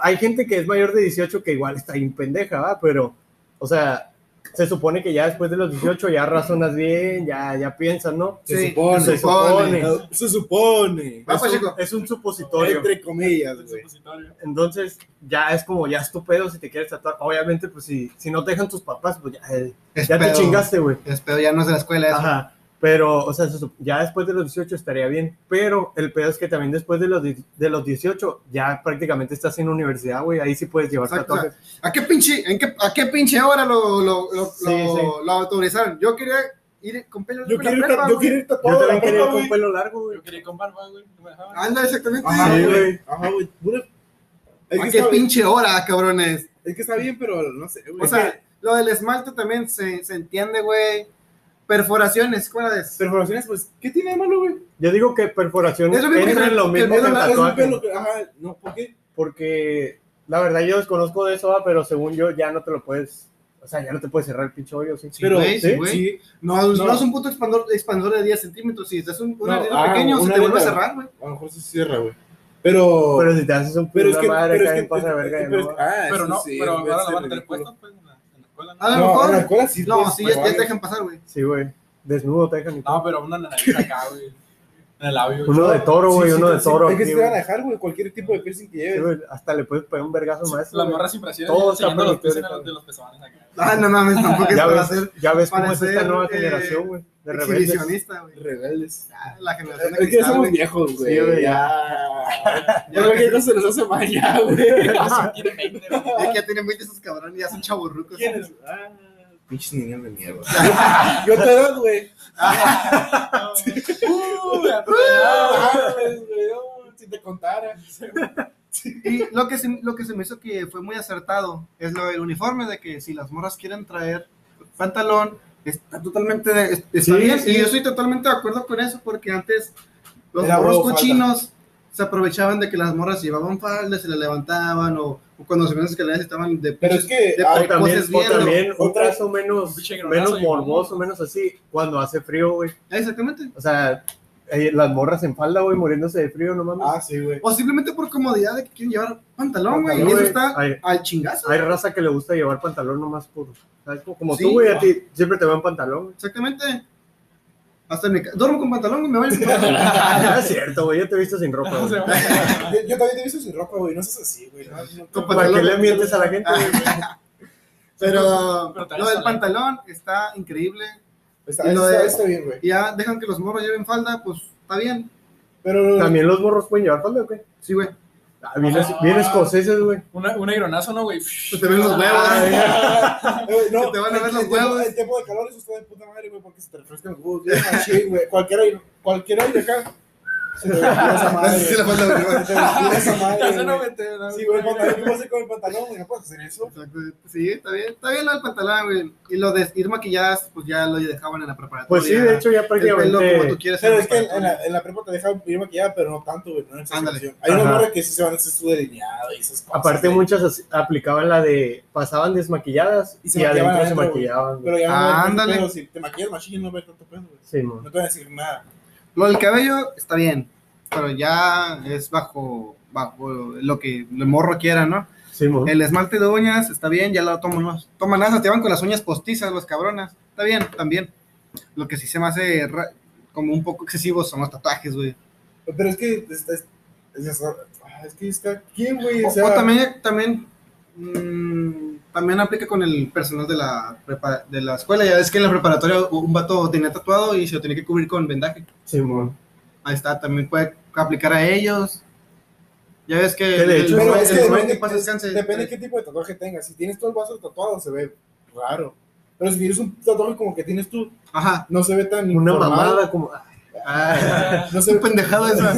[SPEAKER 1] hay gente que es mayor de 18 que igual está bien pendeja, ¿va? Pero, o sea, se supone que ya después de los 18 ya razonas bien, ya, ya piensas, ¿no?
[SPEAKER 3] Se
[SPEAKER 2] Sí,
[SPEAKER 3] supone.
[SPEAKER 1] se supone.
[SPEAKER 3] Se supone.
[SPEAKER 2] Va,
[SPEAKER 1] Es un,
[SPEAKER 2] Pacheco.
[SPEAKER 1] es un supositorio.
[SPEAKER 3] Entre comillas,
[SPEAKER 4] el
[SPEAKER 3] güey.
[SPEAKER 4] supositorio.
[SPEAKER 1] Entonces, ya es como, ya es tu pedo si te quieres tatuar. Obviamente, pues si, si no te dejan tus papás, pues ya, eh,
[SPEAKER 2] Es
[SPEAKER 1] ya te
[SPEAKER 2] pedo.
[SPEAKER 1] chingaste, güey.
[SPEAKER 2] Es pedo, ya no es de la escuela eso.
[SPEAKER 1] Ajá. Pero, o sea, se sup- ya después de los 18 estaría bien. Pero el pedo es que también después de los, di- de los 18 ya prácticamente estás en universidad, güey. Ahí sí puedes llevar
[SPEAKER 2] Exacto,
[SPEAKER 1] tatuajes.
[SPEAKER 2] ¿A qué pinche, en qué, a qué pinche hora lo, lo, lo,
[SPEAKER 1] Sí,
[SPEAKER 2] lo-
[SPEAKER 1] sí.
[SPEAKER 2] lo autorizaron? Yo quería ir con pelo
[SPEAKER 3] Yo
[SPEAKER 2] con la
[SPEAKER 3] quiero, ir
[SPEAKER 2] prepa,
[SPEAKER 3] ta- yo
[SPEAKER 2] güey.
[SPEAKER 3] quiero ir
[SPEAKER 1] Yo
[SPEAKER 3] tatuado a
[SPEAKER 1] también
[SPEAKER 3] la
[SPEAKER 1] quería
[SPEAKER 3] prepa,
[SPEAKER 1] ir con
[SPEAKER 3] güey.
[SPEAKER 1] pelo largo, güey.
[SPEAKER 4] Yo quería ir con barba, güey. no me dejaban.
[SPEAKER 3] Ah,
[SPEAKER 2] Anda, exactamente.
[SPEAKER 3] Ajá,
[SPEAKER 1] Sí,
[SPEAKER 3] güey.
[SPEAKER 1] güey.
[SPEAKER 3] Ajá, güey. Pura- Es
[SPEAKER 2] ¿A
[SPEAKER 3] que,
[SPEAKER 2] Ah, qué
[SPEAKER 3] está, bien-
[SPEAKER 2] pinche hora, cabrones?
[SPEAKER 3] es que está bien, pero no sé, güey.
[SPEAKER 2] O sea, lo del esmalte también se, se entiende, güey. Perforaciones, ¿cuál es?
[SPEAKER 3] perforaciones, pues, ¿qué tiene de malo, güey?
[SPEAKER 1] Yo digo que perforación
[SPEAKER 2] Es lo mismo que
[SPEAKER 1] entra
[SPEAKER 2] el-
[SPEAKER 1] en lo
[SPEAKER 2] que el
[SPEAKER 1] mismo que
[SPEAKER 3] Es
[SPEAKER 1] el
[SPEAKER 3] un- es un
[SPEAKER 1] tatuaje.
[SPEAKER 3] pelo que- ajá, no, ¿por qué?
[SPEAKER 1] Porque la verdad yo desconozco de eso, ah, pero según yo ya no te lo puedes. O sea, ya no te puedes cerrar el pinche hoyo. Sí,
[SPEAKER 3] Pero,
[SPEAKER 2] güey, sí,
[SPEAKER 3] ¿sí?
[SPEAKER 2] güey.
[SPEAKER 3] Sí.
[SPEAKER 2] No, no,
[SPEAKER 3] No.
[SPEAKER 2] es un puto expandor, expandor de 10 centímetros. Si es un, un
[SPEAKER 3] No,
[SPEAKER 2] arreglo
[SPEAKER 3] ah,
[SPEAKER 2] pequeño, se
[SPEAKER 3] una
[SPEAKER 2] te vuelve a
[SPEAKER 3] neta.
[SPEAKER 2] cerrar, güey.
[SPEAKER 3] A lo mejor se cierra, güey. Pero...
[SPEAKER 1] Pero si te haces un
[SPEAKER 3] pero es
[SPEAKER 1] una
[SPEAKER 3] que...
[SPEAKER 1] madre
[SPEAKER 3] pero es
[SPEAKER 1] acá
[SPEAKER 3] que-
[SPEAKER 1] en pasa de verga, ya
[SPEAKER 3] pero
[SPEAKER 1] no
[SPEAKER 3] es-
[SPEAKER 1] va.
[SPEAKER 3] ah,
[SPEAKER 4] Pero
[SPEAKER 3] eso
[SPEAKER 4] no,
[SPEAKER 3] sí,
[SPEAKER 4] pero
[SPEAKER 3] güey,
[SPEAKER 4] ahora la
[SPEAKER 3] sí,
[SPEAKER 4] van a tener
[SPEAKER 3] ridículo.
[SPEAKER 4] puesta, pues, en la en la escuela.
[SPEAKER 2] A
[SPEAKER 4] ¿no?
[SPEAKER 2] lo
[SPEAKER 3] No,
[SPEAKER 2] mejor.
[SPEAKER 3] en la escuela sí.
[SPEAKER 2] no,
[SPEAKER 3] pues,
[SPEAKER 2] sí, ya, ya
[SPEAKER 3] güey.
[SPEAKER 2] te dejan pasar, güey.
[SPEAKER 1] Sí, güey. Desnudo te
[SPEAKER 3] Ah,
[SPEAKER 1] dejan y todo.
[SPEAKER 4] No, pero una nariz acá, güey. En el labio.
[SPEAKER 1] Uno de toro,
[SPEAKER 3] Sí,
[SPEAKER 1] güey,
[SPEAKER 3] sí,
[SPEAKER 1] uno de
[SPEAKER 3] sí,
[SPEAKER 1] toro.
[SPEAKER 3] Es que
[SPEAKER 1] aquí,
[SPEAKER 3] se te
[SPEAKER 1] güey.
[SPEAKER 3] van a dejar, güey, cualquier tipo de piercing que
[SPEAKER 1] Sí,
[SPEAKER 3] lleves.
[SPEAKER 1] güey, Hasta le puedes pegar un vergazo más.
[SPEAKER 4] La morra sin brasier,
[SPEAKER 1] Todo está
[SPEAKER 4] enseñando los pies
[SPEAKER 1] permitido,
[SPEAKER 4] en el-
[SPEAKER 1] güey.
[SPEAKER 4] de los pezones acá.
[SPEAKER 2] Ah, no mames, tampoco es
[SPEAKER 1] ya
[SPEAKER 2] para
[SPEAKER 1] ves,
[SPEAKER 2] ser
[SPEAKER 1] ya ves cómo es
[SPEAKER 2] parecer,
[SPEAKER 1] esta nueva
[SPEAKER 2] eh,
[SPEAKER 1] generación, güey. De rebeldes.
[SPEAKER 2] exhibicionista, güey.
[SPEAKER 3] Rebeldes.
[SPEAKER 2] Ah, La generación
[SPEAKER 3] Es
[SPEAKER 2] de
[SPEAKER 3] que ya
[SPEAKER 2] cristal,
[SPEAKER 3] somos
[SPEAKER 2] güey.
[SPEAKER 3] viejos, güey.
[SPEAKER 1] Sí, güey,
[SPEAKER 3] Ya. Ya cualquier cosa se nos hace mal ya, güey.
[SPEAKER 4] Ah, Tiene 20, güey.
[SPEAKER 2] Es que ya tienen 20 esos cabrones, ya son chaburrucos.
[SPEAKER 4] ¿Quién es? Ah,
[SPEAKER 3] Pinches niños de mierda. Yo te doy, güey.
[SPEAKER 4] Uh, ya, pues,
[SPEAKER 3] Ah,
[SPEAKER 4] ya,
[SPEAKER 3] güey, güey, Si te contara.
[SPEAKER 2] Y lo que, se, lo que se me hizo que fue muy acertado es lo del uniforme, de que si las morras quieren traer pantalón, está totalmente, de- es- está
[SPEAKER 3] Sí,
[SPEAKER 2] bien.
[SPEAKER 3] sí.
[SPEAKER 2] Y yo estoy totalmente de acuerdo con eso, porque antes los
[SPEAKER 3] Era
[SPEAKER 2] morros
[SPEAKER 3] huevo falda.
[SPEAKER 2] cochinos se aprovechaban de que las morras llevaban faldas, se la levantaban, o, o cuando se venían las escaleras estaban de...
[SPEAKER 3] Pero es que.
[SPEAKER 2] De-
[SPEAKER 3] ah,
[SPEAKER 1] O también,
[SPEAKER 2] Cosas
[SPEAKER 1] o
[SPEAKER 2] bien,
[SPEAKER 1] también un
[SPEAKER 3] Otra-
[SPEAKER 1] caso menos,
[SPEAKER 4] Un pinche gronazo
[SPEAKER 1] menos
[SPEAKER 4] y mamón.
[SPEAKER 1] morboso, menos así, cuando hace frío, güey.
[SPEAKER 2] Ah, Exactamente.
[SPEAKER 1] O sea, eh, las morras en falda, güey, muriéndose de frío, no mames.
[SPEAKER 3] Ah, sí, güey.
[SPEAKER 2] O simplemente por comodidad de que quieren llevar pantalón, güey. Y
[SPEAKER 1] Pantalón,
[SPEAKER 2] eso
[SPEAKER 1] güey.
[SPEAKER 2] está
[SPEAKER 1] Ay.
[SPEAKER 2] al chingazo.
[SPEAKER 1] Hay raza que le gusta llevar pantalón nomás por. ¿sabes? Como- Como
[SPEAKER 2] Sí,
[SPEAKER 1] tú, güey, a
[SPEAKER 2] ah.
[SPEAKER 1] ti siempre te veo en pantalón. güey.
[SPEAKER 2] Exactamente. Hasta en mi ca- Duermo con pantalón, güey, me voy con pantalón.
[SPEAKER 1] Ah, es cierto, güey, yo te he visto sin ropa.
[SPEAKER 4] no
[SPEAKER 1] güey.
[SPEAKER 4] se va.
[SPEAKER 3] Yo, yo también te he visto sin ropa, güey. No seas así, güey. No, no te-
[SPEAKER 1] ¿Para qué le mientes a la gente? güey?
[SPEAKER 2] Pero,
[SPEAKER 4] Pero traes
[SPEAKER 2] lo del
[SPEAKER 4] sala.
[SPEAKER 2] pantalón está increíble.
[SPEAKER 3] Está,
[SPEAKER 2] Lo de-
[SPEAKER 3] está, está bien, güey.
[SPEAKER 2] Ya dejan que los morros lleven falda, pues está bien.
[SPEAKER 3] Pero.
[SPEAKER 1] También los morros pueden llevar falda, güey.
[SPEAKER 2] Sí, güey.
[SPEAKER 1] Ah, bien, es- bien escoceses, güey.
[SPEAKER 4] Una, un aironazo, ¿no, güey?
[SPEAKER 2] Pues te ven los huevos.
[SPEAKER 3] Eh, güey,
[SPEAKER 2] Que te van a ver
[SPEAKER 3] el-
[SPEAKER 2] los
[SPEAKER 3] el tiempo-
[SPEAKER 2] huevos.
[SPEAKER 3] El tiempo de calor eso está de puta madre, güey, porque se te refrescan los huevos. bien machín, güey. Cualquier aire, cualquier aire acá. Se te refresca esa madre.
[SPEAKER 2] Así se la falda, güey.
[SPEAKER 3] Se te refresca esa
[SPEAKER 4] Ya se
[SPEAKER 3] madre.
[SPEAKER 4] no
[SPEAKER 3] güey.
[SPEAKER 4] mete, no,
[SPEAKER 3] Sí, güey, el
[SPEAKER 4] güey.
[SPEAKER 3] pantalón, ¿qué pasa con el pantalón? güey? ¿No puedes hacer eso?
[SPEAKER 2] Exacto. Sí, está bien. Está bien lo del pantalón, güey. Y lo de ir maquilladas, pues ya lo dejaban en la preparatoria.
[SPEAKER 1] Pues sí, de hecho, ya
[SPEAKER 2] El pelo como tú
[SPEAKER 1] prácticamente.
[SPEAKER 2] quieres.
[SPEAKER 3] Pero
[SPEAKER 2] en la
[SPEAKER 3] es que en, en
[SPEAKER 2] preparatoria.
[SPEAKER 3] la, en la prepa te dejan ir maquillada, pero no tanto, güey, no en
[SPEAKER 2] Ándale.
[SPEAKER 3] exageración. Hay unos
[SPEAKER 1] Ajá.
[SPEAKER 3] morros que sí se van a hacer su delineado y esas cosas.
[SPEAKER 1] Aparte,
[SPEAKER 3] güey.
[SPEAKER 1] muchas as- aplicaban la de. Pasaban desmaquilladas
[SPEAKER 3] Y se
[SPEAKER 1] y, adentro,
[SPEAKER 3] maquillaban
[SPEAKER 1] se
[SPEAKER 3] adentro, güey.
[SPEAKER 1] maquillaban. güey.
[SPEAKER 3] Pero ya no
[SPEAKER 2] Ah,
[SPEAKER 3] ves-
[SPEAKER 2] ándale.
[SPEAKER 3] Pero si te maquillas machín, no ves tanto pedo, güey.
[SPEAKER 1] Sí, mon.
[SPEAKER 3] No te van a decir nada.
[SPEAKER 2] Lo del cabello está bien, pero ya es bajo, bajo lo que el morro quiera, ¿no?
[SPEAKER 1] Sí, mon.
[SPEAKER 2] El esmalte de uñas está bien, ya lo toman más. Toman nada, te van con las uñas postizas, los cabronas. Está bien, también. Lo que sí se me hace ra- como un poco excesivo son los tatuajes, güey.
[SPEAKER 3] Pero es que. Es, es, es- ah, es que está. ¿Quién, güey?
[SPEAKER 2] O,
[SPEAKER 3] O sea,
[SPEAKER 2] o también, también, mm, también aplica con el personal de la, prepa- de la escuela. Ya ves que en la preparatoria u- un vato tenía tatuado y se lo tenía que cubrir con vendaje.
[SPEAKER 1] Sí, mon.
[SPEAKER 2] Ahí está, también puede aplicar a ellos. Ya ves que.
[SPEAKER 1] Que de hecho,
[SPEAKER 3] Pero
[SPEAKER 1] Pero
[SPEAKER 3] es que
[SPEAKER 2] el- el-
[SPEAKER 3] depende,
[SPEAKER 2] el- paz descanse.
[SPEAKER 3] depende de qué tipo de tatuaje tengas. Si tienes todo el vaso tatuado, se ve raro. Pero si tienes un tatuaje como que tienes tú,
[SPEAKER 2] Ajá.
[SPEAKER 3] no se ve tan
[SPEAKER 1] Una
[SPEAKER 3] informal.
[SPEAKER 1] mamada como.
[SPEAKER 2] Ah,
[SPEAKER 3] No
[SPEAKER 2] es
[SPEAKER 3] se ve,
[SPEAKER 2] un pendejado esa.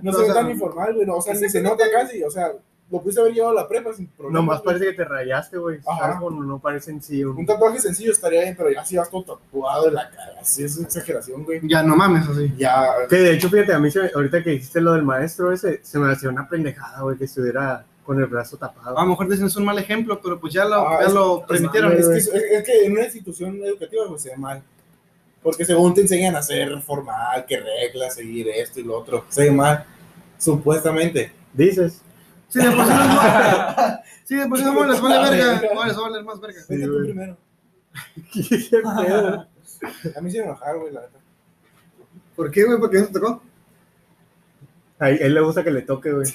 [SPEAKER 3] no
[SPEAKER 2] no,
[SPEAKER 3] se ve
[SPEAKER 2] o sea,
[SPEAKER 3] tan informal, güey. No, o sea, ni se nota casi. O sea, lo pudiste haber llevado a la prepa sin problema.
[SPEAKER 1] Nomás
[SPEAKER 3] güey.
[SPEAKER 1] parece que te rayaste, güey.
[SPEAKER 3] Ajá.
[SPEAKER 1] ¿sabes? Bueno, no parece en sí. un-
[SPEAKER 3] Un tatuaje sencillo estaría bien, pero ya si vas todo tatuado en la cara, así es una exageración, güey.
[SPEAKER 2] Ya no mames, así.
[SPEAKER 3] Ya,
[SPEAKER 1] Que de hecho, fíjate, a mí se- ahorita que dijiste lo del maestro ese, se me hacía una pendejada, güey, que estuviera con el brazo tapado.
[SPEAKER 2] A lo mejor dicen es un mal ejemplo, pero pues ya lo,
[SPEAKER 3] Ah,
[SPEAKER 2] ya
[SPEAKER 3] es-
[SPEAKER 2] lo permitieron.
[SPEAKER 3] Es que, es, es que en una institución educativa pues, se ve mal. Porque según te enseñan a ser formal, que reglas, seguir esto y lo otro. Se ve mal, supuestamente.
[SPEAKER 1] Dices.
[SPEAKER 2] Sí, de por sí no Sí, de por sí no les vale verga. No les va a valer más verga.
[SPEAKER 3] Vete tú
[SPEAKER 1] güey.
[SPEAKER 3] primero.
[SPEAKER 1] ¿Qué pedo?
[SPEAKER 3] A mí se me enojaron, güey, la neta.
[SPEAKER 2] ¿Por qué, güey? ¿Por qué no te tocó?
[SPEAKER 1] A él le gusta que le toque, güey.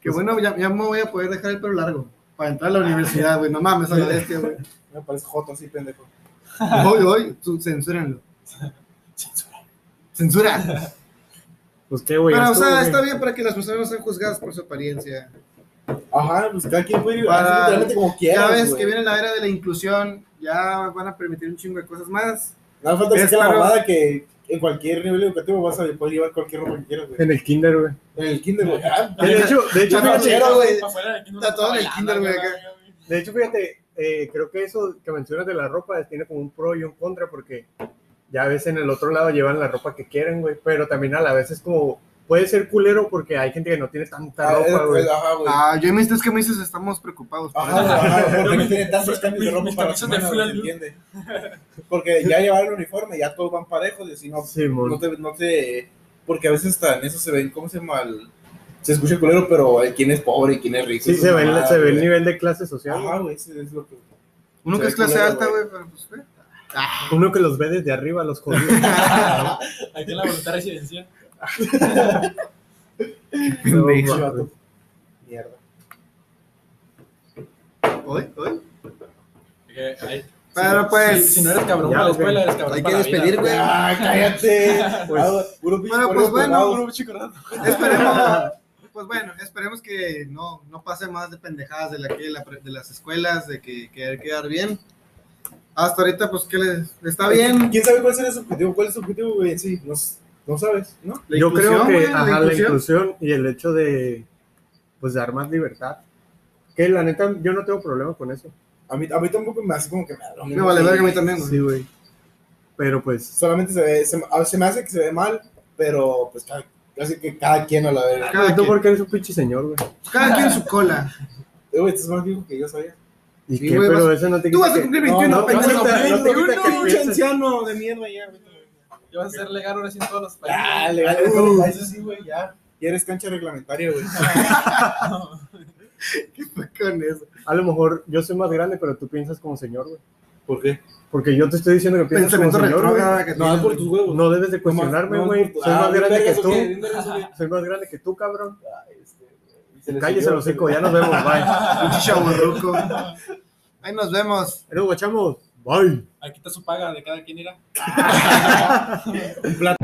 [SPEAKER 2] Que bueno, ya, ya me voy a poder dejar el pelo largo. Para entrar a la universidad, güey. No mames, a la bestia, güey.
[SPEAKER 3] Me parece joto así, pendejo.
[SPEAKER 2] Hoy, hoy, tú, censúrenlo. Censura. Censura.
[SPEAKER 1] Pues qué, güey.
[SPEAKER 2] Pero,
[SPEAKER 1] ya
[SPEAKER 2] o sea,
[SPEAKER 1] estuvo,
[SPEAKER 2] está
[SPEAKER 1] güey.
[SPEAKER 2] bien para que las personas no sean juzgadas por su apariencia.
[SPEAKER 3] Ajá, pues cada quien puede ir
[SPEAKER 2] Para-
[SPEAKER 3] así literalmente como quiera.
[SPEAKER 2] Ya ves que viene la era de la inclusión, ya van a permitir un chingo de cosas más.
[SPEAKER 3] No hace falta que
[SPEAKER 2] es
[SPEAKER 3] sea la
[SPEAKER 2] para-
[SPEAKER 3] mamada que en cualquier nivel educativo vas a poder llevar cualquier ropa que quieras, güey.
[SPEAKER 1] En el kinder, güey.
[SPEAKER 3] En el kinder, güey. Ah,
[SPEAKER 1] De hecho, de hecho,
[SPEAKER 2] Ya me
[SPEAKER 1] fíjate,
[SPEAKER 2] quiero, güey.
[SPEAKER 4] Afuera del kinder
[SPEAKER 2] Está todo en el
[SPEAKER 4] bailando,
[SPEAKER 2] kinder, güey,
[SPEAKER 4] acá.
[SPEAKER 1] de hecho, fíjate, eh, creo que eso que mencionas de la ropa tiene como un pro y un contra, porque ya ves en el otro lado llevan la ropa que quieren, güey. Pero también a la vez es como, puede ser culero porque hay gente que no tiene tanta
[SPEAKER 3] ah,
[SPEAKER 1] ropa, güey.
[SPEAKER 3] eh, Ajá, güey.
[SPEAKER 2] Ah, yo me es que me dices, estamos preocupados. por
[SPEAKER 3] Ajá,
[SPEAKER 2] eso.
[SPEAKER 3] ajá, porque no tienen tantos
[SPEAKER 4] Mis-
[SPEAKER 3] cambios de ropa
[SPEAKER 4] mis
[SPEAKER 3] para la
[SPEAKER 4] camisas de
[SPEAKER 3] semana,
[SPEAKER 4] Full
[SPEAKER 3] güey, ¿se entiende? Porque ya llevar el uniforme, ya todos van parejos y así no,
[SPEAKER 1] Simón.
[SPEAKER 3] no, te, no te... Porque a veces hasta en eso se ven, ¿cómo se llama? El- se escucha el culero, pero el quién es pobre y quién es rico.
[SPEAKER 1] Sí,
[SPEAKER 3] eso
[SPEAKER 1] se
[SPEAKER 3] es
[SPEAKER 1] ve, el-
[SPEAKER 3] mamada,
[SPEAKER 1] se ve el
[SPEAKER 3] güey.
[SPEAKER 1] nivel de clase social. güey.
[SPEAKER 3] Ajá, güey, eso es lo que...
[SPEAKER 2] Uno que es clase
[SPEAKER 3] Se ve
[SPEAKER 2] alta,
[SPEAKER 3] culero,
[SPEAKER 2] güey, pero pues, güey.
[SPEAKER 1] Uno que los ve desde arriba, los jodidos.
[SPEAKER 4] Aquí en la voluntad residencial.
[SPEAKER 1] No,
[SPEAKER 2] pendejo.
[SPEAKER 1] mames.
[SPEAKER 3] vato. Mierda.
[SPEAKER 2] Hoy, hoy.
[SPEAKER 4] Que, ay,
[SPEAKER 2] Pero,
[SPEAKER 4] si-
[SPEAKER 2] pues,
[SPEAKER 4] Si, si no eres cabrón
[SPEAKER 1] ya,
[SPEAKER 4] para
[SPEAKER 1] güey.
[SPEAKER 4] la escuela, eres cabrón
[SPEAKER 2] Hay que
[SPEAKER 4] para la
[SPEAKER 2] despedir,
[SPEAKER 4] vida,
[SPEAKER 2] güey.
[SPEAKER 3] Ah, cállate.
[SPEAKER 1] Pues,
[SPEAKER 3] Ah, puro pinche
[SPEAKER 2] Bueno, pues
[SPEAKER 3] gordo
[SPEAKER 2] bueno,
[SPEAKER 3] pelado.
[SPEAKER 4] Puro chico raro.
[SPEAKER 2] Esperemos, pues bueno, esperemos que no, no pase más de pendejadas de, la que, la pre- de las escuelas, de que querer quedar bien. Hasta ahorita, pues, que les está bien.
[SPEAKER 3] ¿Quién sabe cuál será su objetivo? ¿Cuál es su objetivo, güey? en Sí, no, s- no sabes, ¿no?
[SPEAKER 2] La
[SPEAKER 1] Yo creo
[SPEAKER 2] inclusión,
[SPEAKER 1] que
[SPEAKER 2] güey, la
[SPEAKER 1] ajá, la,
[SPEAKER 2] inclusión.
[SPEAKER 1] inclusión y el hecho de pues dar más libertad. Que la neta, yo no tengo problema con eso.
[SPEAKER 3] A mí, a mí tampoco me hace como que me da lo
[SPEAKER 2] Me
[SPEAKER 3] mismo,
[SPEAKER 2] vale
[SPEAKER 3] güey.
[SPEAKER 2] verga a mí también, güey.
[SPEAKER 1] Sí, güey. Pero pues,
[SPEAKER 3] solamente se ve, se, a- se me hace que se ve mal, pero pues cada, casi que cada quien a la verga.
[SPEAKER 2] Cada
[SPEAKER 1] ¿tú
[SPEAKER 2] quien-
[SPEAKER 1] por qué eres un pinche señor, güey?
[SPEAKER 2] Cada quien su cola.
[SPEAKER 3] Eh, güey, estás más viejo que yo sabía.
[SPEAKER 1] ¿Y
[SPEAKER 2] Sí,
[SPEAKER 1] qué?
[SPEAKER 2] güey,
[SPEAKER 1] Pero
[SPEAKER 2] vas-
[SPEAKER 1] eso no te
[SPEAKER 2] Tú
[SPEAKER 1] quita
[SPEAKER 2] vas a
[SPEAKER 1] que-
[SPEAKER 2] cumplir
[SPEAKER 3] No,
[SPEAKER 2] 21,
[SPEAKER 3] no,
[SPEAKER 2] pendejo.
[SPEAKER 1] no, no, no, no, no, no,
[SPEAKER 2] Pinche
[SPEAKER 3] anciano de mierda ya, güey.
[SPEAKER 4] Yo voy a ser legal ahora sí en todos los países.
[SPEAKER 3] Ah, legal, eso,
[SPEAKER 2] Uh.
[SPEAKER 3] eso sí, güey, ya. Y eres cancha reglamentaria, güey.
[SPEAKER 2] Con eso.
[SPEAKER 1] A lo mejor yo soy más grande, pero tú piensas como señor, güey.
[SPEAKER 3] ¿Por qué?
[SPEAKER 1] Porque yo te estoy diciendo que piensas como
[SPEAKER 2] Pensamiento
[SPEAKER 1] señor, güey.
[SPEAKER 2] retrógrada que
[SPEAKER 3] No,
[SPEAKER 2] tienes,
[SPEAKER 3] es por
[SPEAKER 2] güey.
[SPEAKER 3] tus huevos.
[SPEAKER 1] No debes de
[SPEAKER 3] No más-
[SPEAKER 1] cuestionarme,
[SPEAKER 3] no,
[SPEAKER 1] güey.
[SPEAKER 3] tú-
[SPEAKER 1] Soy
[SPEAKER 3] ah,
[SPEAKER 1] más
[SPEAKER 3] bien
[SPEAKER 1] grande que
[SPEAKER 3] vergas,
[SPEAKER 1] tú.
[SPEAKER 3] ok, bien vergas, ok.
[SPEAKER 1] Soy más grande que tú, cabrón.
[SPEAKER 3] Ay, este, güey, se le
[SPEAKER 1] Cállese
[SPEAKER 3] siguió,
[SPEAKER 1] los cinco,
[SPEAKER 3] güey.
[SPEAKER 1] ya nos vemos, bye.
[SPEAKER 2] Pinche chavorruco. Ahí nos vemos.
[SPEAKER 1] Nos guachamos. Bye.
[SPEAKER 4] Aquí está su paga de cada quien irá.
[SPEAKER 3] Un plato.